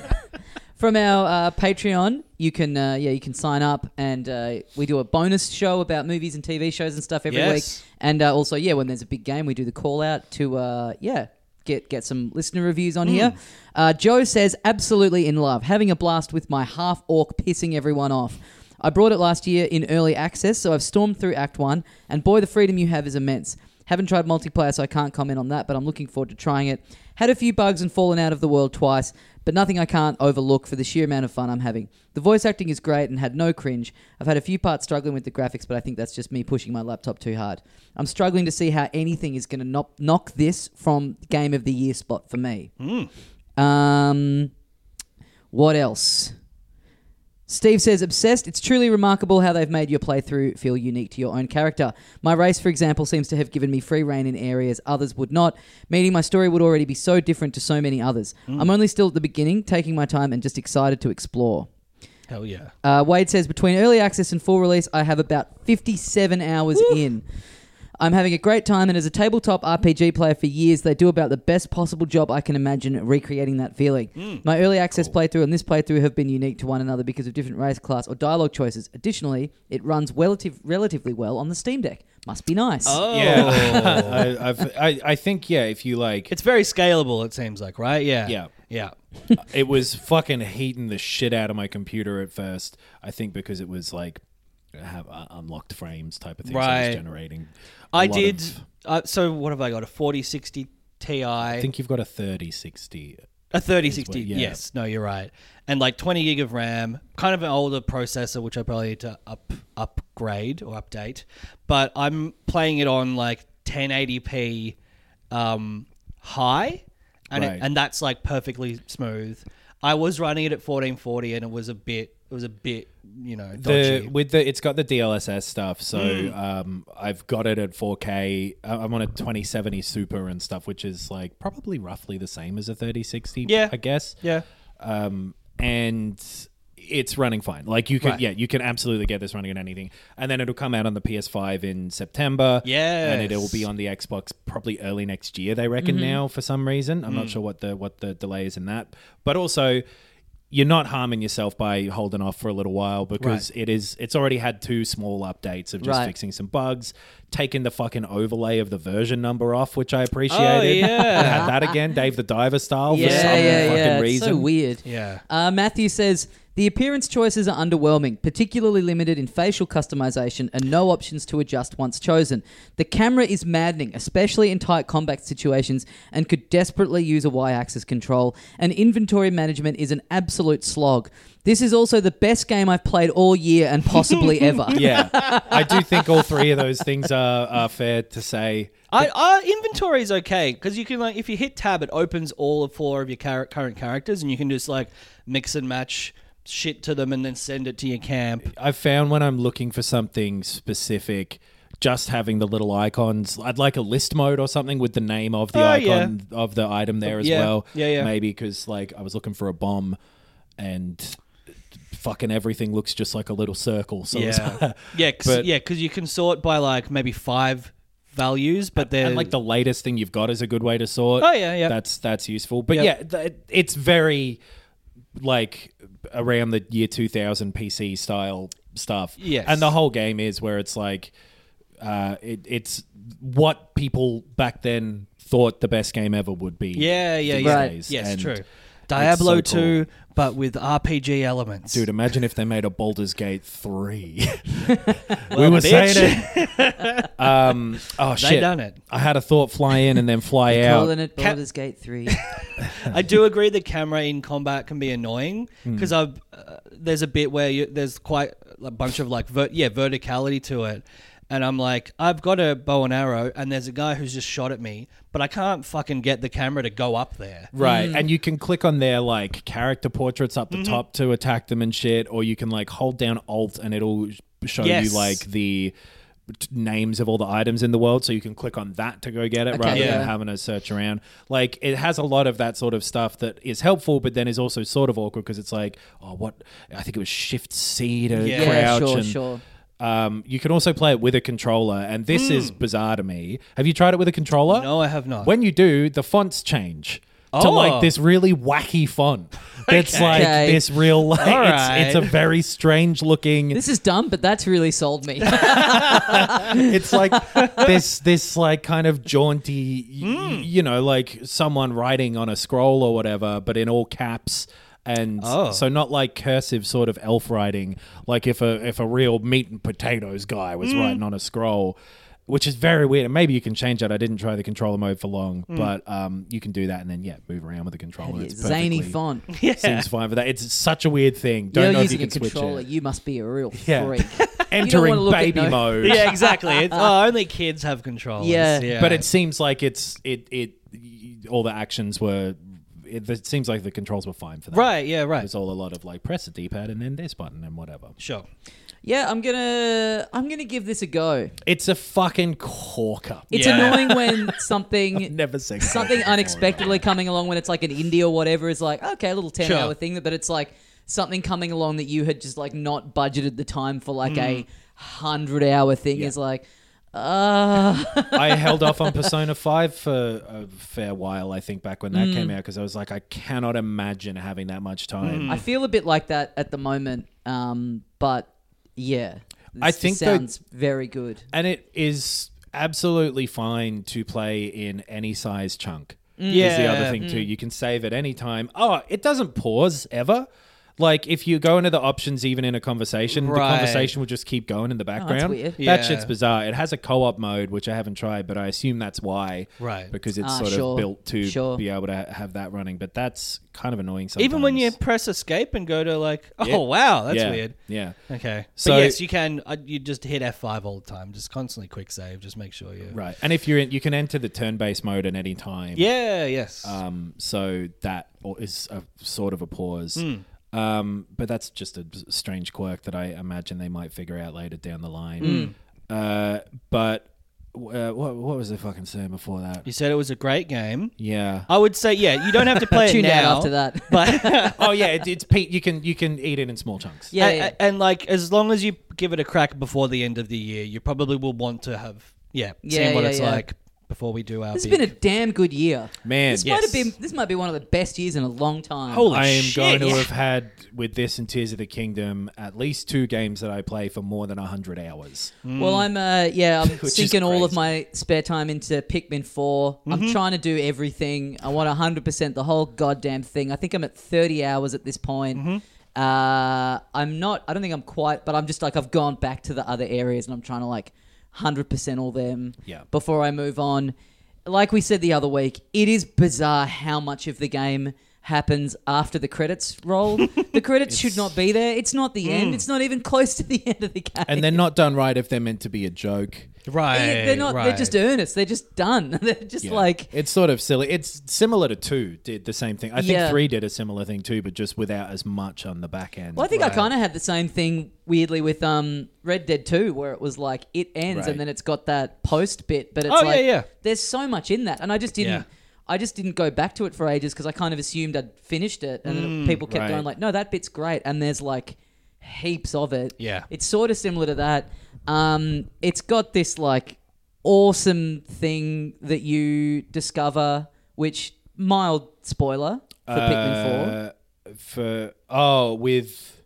From our uh, Patreon, you can uh, yeah you can sign up, and uh, we do a bonus show about movies and TV shows and stuff every
Yes.
week. And uh, also yeah, when there's a big game, we do the call out to uh, yeah get get some listener reviews on here. Uh, Joe says absolutely in love, having a blast with my half orc pissing everyone off. I brought it last year in early access, so I've stormed through Act One, and boy, the freedom you have is immense. Haven't tried multiplayer, so I can't comment on that, but I'm looking forward to trying it. Had a few bugs and fallen out of the world twice, but nothing I can't overlook for the sheer amount of fun I'm having. The voice acting is great and had no cringe. I've had a few parts struggling with the graphics, but I think that's just me pushing my laptop too hard. I'm struggling to see how anything is going to knock, knock this from Game of the Year spot for me. Um, what else? Steve says, obsessed. It's truly remarkable how they've made your playthrough feel unique to your own character. My race, for example, seems to have given me free reign in areas others would not, meaning my story would already be so different to so many others. I'm only still at the beginning, taking my time and just excited to explore.
Hell yeah.
Uh, Wade says, between early access and full release, I have about 57 hours in. I'm having a great time, and as a tabletop RPG player for years, they do about the best possible job I can imagine recreating that feeling. My early access playthrough and this playthrough have been unique to one another because of different race, class, or dialogue choices. Additionally, it runs relative, relatively well on the Steam Deck. Must be nice.
Oh. *laughs*
Yeah, I, I've, I, I think yeah. If you like,
It's very scalable, it seems like, right? Yeah.
Yeah. *laughs*
Yeah.
it was fucking heating the shit out of my computer at first. I think because it was like have uh, unlocked frames type of thing. So it
Right.
was generating. a
I
lot
did.
of-
uh, so what have I got? A forty sixty Ti,
I think you've got a thirty sixty.
a thirty sixty.
yeah.
Yes, no, you're right. And like twenty gig of RAM, kind of an older processor, which I probably need to up upgrade or update. But I'm playing it on like 1080p um, high, and
Right.
it, and that's like perfectly smooth. I was running it at 1440, and it was a bit. It was a bit, you know, dodgy. Hmm.
The with the it's got the DLSS stuff, so um, I've got it at 4K. I- I'm on a 2070 Super and stuff, which is like probably roughly the same as a 3060.
Yeah.
I guess.
yeah.
um, and it's running fine. Like you can, yeah, you can absolutely get this running on anything, and then it'll come out on the PS5 in September. and it'll
Yes.
be on the Xbox probably early next year. They reckon
Mm-hmm.
now for some reason.
Mm.
I'm not sure what the what the delay is in that, but also. You're not harming yourself by holding off for a little while because it is it's already had two small updates of just
Right.
fixing some bugs, taking the fucking overlay of the version number off, which I appreciated. *laughs*
yeah.
I had that again, Dave the Diver style
Oh, yeah,
for some
yeah,
fucking
yeah. It's
reason.
so weird.
Yeah.
Uh, Matthew says, The appearance choices are underwhelming, particularly limited in facial customization and no options to adjust once chosen. The camera is maddening, especially in tight combat situations, and could desperately use a Y axis control, and inventory management is an absolute slog. This is also the best game I've played all year and
*laughs*
possibly ever.
Yeah,
*laughs*
I do think all three of those things are, are fair to say.
I, our inventory is okay because you can like if you hit tab, it opens all of four of your char- current characters, and you can just like mix and match shit to them, and then send it to your camp.
I've found when I'm looking for something specific, just having the little icons, I'd like a list mode or something with the name of the
Oh,
icon of the item there as
Yeah.
well.
Yeah, yeah.
Maybe because like I was looking for a bomb, and fucking everything looks just like a little circle. So it's- *laughs*
Yeah, *laughs* yeah, cause,
But-
yeah, 'cause you can sort by like maybe five values, but they're
and like the latest thing you've got is a good way to sort.
Oh, yeah, yeah.
That's that's useful. But
Yeah.
yeah, th- it's very like around the year 2000 PC style stuff.
Yes.
and the whole game is where it's like, uh, it, it's what people back then thought the best game ever would be.
yeah, yeah,
these
yeah.
days.
Yes,
And,
true. Diablo
so
two, but with RPG elements.
Dude, imagine if they made a Baldur's Gate
*laughs*
three. *laughs*
Well,
we were
bitch.
saying
*laughs*
it. Um, oh shit!
done it.
I had a thought fly in and then fly out.
Calling it Baldur's Gate 3.
I do agree that camera in combat can be annoying because I've uh, there's a bit where you, there's quite a bunch of like ver- yeah verticality to it, and I'm like I've got a bow and arrow and there's a guy who's just shot at me, but I can't fucking get the camera to go up there.
Right. And you can click on their like character portraits up the
Mm-hmm.
top to attack them and shit, or you can like hold down Alt and it'll sh- show
Yes.
you like the t- names of all the items in the world so you can click on that to go get it rather
Yeah.
than having to search around like it has a lot of that sort of stuff that is helpful but then is also sort of awkward because it's like oh what i think it was shift c to
Yeah.
Yeah,
crouch
sure,
and
sure.
um, you can also play it with a controller and this is bizarre to me have you tried it with a controller
Hmm. No, I have not.
when you do, the fonts change to
Oh.
like this really wacky font. That's like
Okay.
this real *laughs* like
All
it's, it's a
right.
very strange looking.
This is dumb, but that's really sold me. *laughs*
it's like this this like kind of jaunty, y-
Hmm.
you know, like someone writing on a scroll or whatever, but in all caps. And
Oh.
so not like cursive sort of elf writing, like if a if a real meat and potatoes guy
Hmm.
was writing on a scroll, which is very weird. And maybe you can change that. I didn't try the controller mode for long,
Hmm.
but um, you can do that and then yeah, move around with the controller. *laughs* It's
Zany
perfectly-
font. *laughs*
Seems fine for that. It's such a weird thing. Don't
You're
know if
using
you can
a controller.
switch it.
You must be a real
*laughs* Yeah.
freak.
Entering
wanna look at
baby
no- *laughs*
mode.
yeah, exactly. It's, oh, only kids have controllers.
Yeah.
but it seems like it's it it y- all the actions were it, it seems like the controls were fine for that
right. Yeah, right.
it's all a lot of like press the d-pad and then this button and whatever
Sure.
Yeah, I'm gonna I'm gonna give this a go.
it's a fucking corker
It's
Yeah.
annoying
*laughs*
when something
never seen
something unexpectedly coming along when it's like an indie or whatever is like okay, a little ten
Sure.
hour thing, but it's like something coming along that you had just like not budgeted the time for like
Mm.
a hundred hour thing is like uh
*laughs* i held off on persona 5 for a fair while i think back when that
Mm.
came out because i was like i cannot imagine having that much time
I feel a bit like that at the moment. Um but yeah.
I
This
think the-
sounds very good.
and it is absolutely fine to play in any size chunk. is the other
Mm. Yeah.
thing too. You can save at any time. Oh, it doesn't pause ever. Like if you go into the options, even in a conversation, the
Right. Oh,
conversation will just keep going in the background.
weird.
Yeah.
That shit's bizarre. It has a co-op mode, which I haven't tried, but I assume that's why.
Right.
because it's
Ah,
sort
sure.
of built to
Sure.
be able to ha- have that running. But that's kind of annoying. Sometimes.
Even when you press escape and go to like, oh wow, that's
yeah,
weird.
Yeah.
Okay. So
So-
yes, you can. Uh, you just hit F five all the time. Just constantly quick save. Just make sure you.
Right, and if you're in, you can enter the turn-based mode at any time.
Yeah. Yes.
Um, so that o- is a sort of a pause. Um, but that's just a s- strange quirk that I imagine they might figure out later down the line. Uh, but uh, what, what was I fucking saying before that?
you said it was a great game.
Yeah.
I would say yeah. You don't have to play
*laughs*
it
Tune out
now.
after that.
*laughs* But
oh yeah, it, it's Pete. You can you can eat it in small
*laughs*
chunks.
Yeah,
*laughs* and,
yeah.
and, like as long as you give it a crack before the end of the year, you probably will want to have yeah,
Yeah,
seen what
yeah,
it's
yeah.
like before we do our.
This has
big-
been a damn good year.
Man,
This might have been this might be one of the best years in a long time.
Holy
I am
shit.
going to
yeah.
have had with this and Tears of the Kingdom at least two games that I play for more than hundred hours.
Well, I'm uh,
*laughs*
yeah, I'm
is
sinking all of
crazy. Mm-hmm.
my spare time into Pikmin 4. I'm trying to do everything. I want 100% the whole goddamn thing. I think I'm at 30 hours at this point.
Mm-hmm.
Uh, I'm not. I don't think I'm quite. But I'm just like I've gone back to the other areas, and I'm trying to like hundred percent all them.
Yeah.
Before I move on, like we said the other week, it is bizarre how much of the game happens after the credits
*laughs*
roll. the credits should not be there. It's not the end. It's not even close to the end of the game.
Mm. And they're not done right if they're meant to be a joke.
Right.
Yeah, they're not. They're just earnest. They're just done. *laughs* they're just
Yeah.
like
it's sort of silly. It's similar to two did the same thing. I think
Yeah.
three did a similar thing too, but just without as much on the back end.
Well, I think I kind of had the same thing weirdly with um Red Dead Two, where it was like it ends
Right.
and then it's got that post bit, but it's
Oh, yeah,
like
yeah.
there's so much in that, and I just didn't.
Yeah.
I just didn't go back to it for ages because I kind of assumed I'd finished it, and
Mm,
then people kept
right.
going like, "No, that bit's great," and there's like heaps of it.
Yeah.
it's sort of similar to that. Um, it's got this like awesome thing that you discover, which mild spoiler for Pikmin
Uh,
Four.
for oh with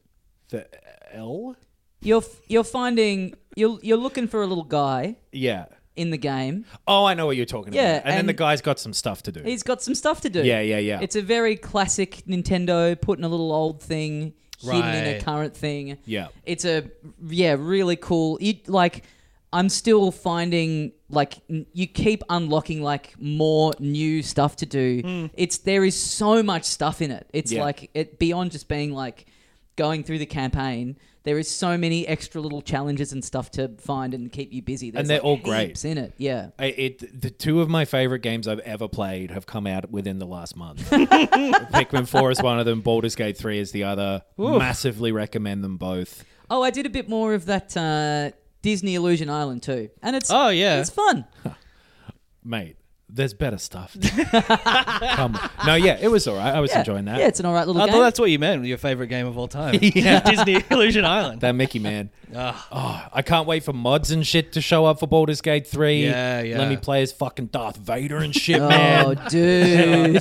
the L.
You're you're finding you're you're looking for a little guy
Yeah.
in the game.
Oh, I know what you're talking
Yeah,
about. And, then
and-
the guy's got some stuff to do.
He's got some stuff to do.
Yeah, yeah, yeah.
It's a very classic Nintendo putting a little old thing hidden in a
Right.
current thing.
Yeah.
It's a yeah, really cool. You, like I'm still finding like n- you keep unlocking like more new stuff to do. It's there is so much stuff in it. It's
Yeah.
like it beyond just being like going through the campaign. There is so many extra little challenges and stuff to find and keep you busy. There's,
they're
like,
all great.
heaps in it. Yeah.
I, it the two of my favorite games I've ever played have come out within the
*laughs*
last month. Pikmin Four is one of them. Baldur's Gate Three is the other. Massively recommend them both.
Oh, I did a bit more of that uh, Disney Illusion Island too, and it's
Oh, yeah.
it's fun.
mate, there's better stuff. *laughs* Come on. No, yeah, it was all right. I was
Yeah.
enjoying that.
Yeah, it's an alright little
I
game.
thought that's what you meant with your favorite game of
*laughs*
all time. *laughs* Disney Illusion Island.
that Mickey
*laughs*
man. Oh, I can't wait for mods and shit to show up for Baldur's Gate 3.
Yeah, yeah.
Let me play as fucking Darth Vader and
*laughs*
shit,
oh,
man. *laughs*
dude.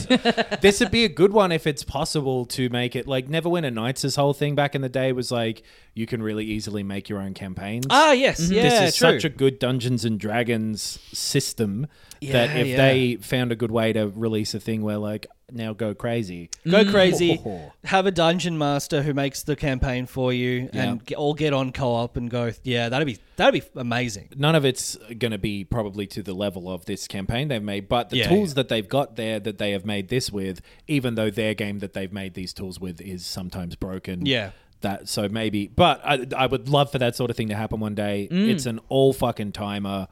this would be a good one if it's possible to make it like Neverwinter Nights. This whole thing back in the day was like you can really easily make your own campaigns.
ah, yes.
Mm-hmm.
Yeah,
this is
true.
such a good Dungeons and Dragons system that
Yeah,
if
yeah.
they found a good way to release a thing where like now go crazy,
Mm.
Go
*laughs*
crazy.
Oh.
Have a dungeon master who makes the campaign for you, and get, all get on co-op and go. Yeah, that'd be that'd be amazing. *laughs*
none of it's going to be probably to the level of this campaign they've made, but the
Yeah,
tools
yeah.
that they've got there that they have made this with, even though their game that they've made these tools with is sometimes broken.
Yeah.
That so maybe, but I, I would love for that sort of thing to happen one day.
Mm.
It's an all fucking timer.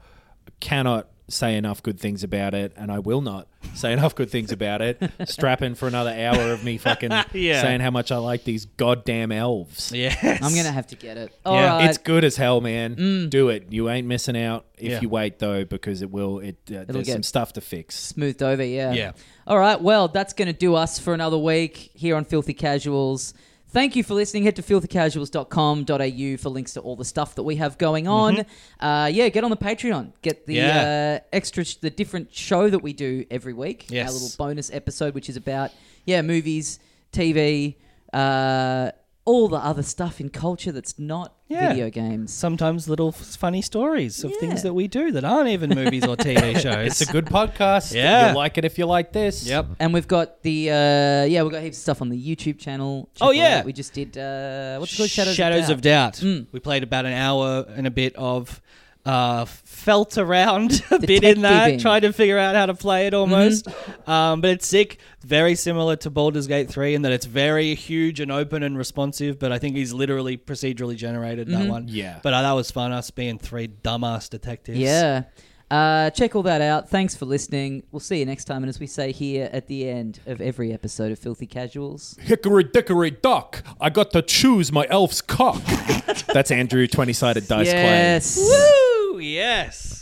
Cannot say enough good things about it, and I will not say enough good things
*laughs*
about it. Strap in for another hour of me fucking
Yeah.
saying how much I like these goddamn elves.
Yes.
I'm gonna have to get it. All right,
Yeah.
It's good as hell, man.
Mm.
Do it. You ain't missing out if
Yeah.
you wait though, because it will. It uh, there's
get-
some stuff
*laughs*
to fix.
smoothed over. Yeah.
Yeah.
All right. Well, that's gonna do us for another week here on Filthy Casuals. Thank you for listening. Head to filthycasuals.com.au for links to all the stuff that we have going on. Uh, yeah, get on the Patreon. Get the
Mm-hmm. Yeah.
uh, extra, sh- the different show that we do every week.
Yes.
Our little bonus episode, which is about yeah movies, TV, uh, all the other stuff in culture that's not
Yeah.
video games.
Sometimes little f- funny stories of
Yeah.
things that we do that aren't even movies or TV shows.
It's a good podcast.
Yeah.
you'll like it if you like this.
Yep.
And we've got the uh, yeah, we've got heaps of stuff on the YouTube channel. Check
Oh,
it
yeah.
out. we just did uh, what's it called Shadows,
of Doubt. We played about an hour and a bit of. Uh, felt around *laughs* a bit in
Detectiving.
that, trying to figure out how to play it almost. Um, but it's sick, very similar to Baldur's Gate 3 in that it's very huge and open and responsive. But I think he's literally procedurally generated that one.
Yeah.
But uh, that was fun, us being three dumbass detectives.
Yeah. Uh, check all that out. Thanks for listening. We'll see you next time. And as we say here at the end of every episode of Filthy Casuals,
Hickory dickory dock, I got to choose my elf's cock.
*laughs*
That's Andrew twenty sided dice clay.
yes.
Woo! Yes.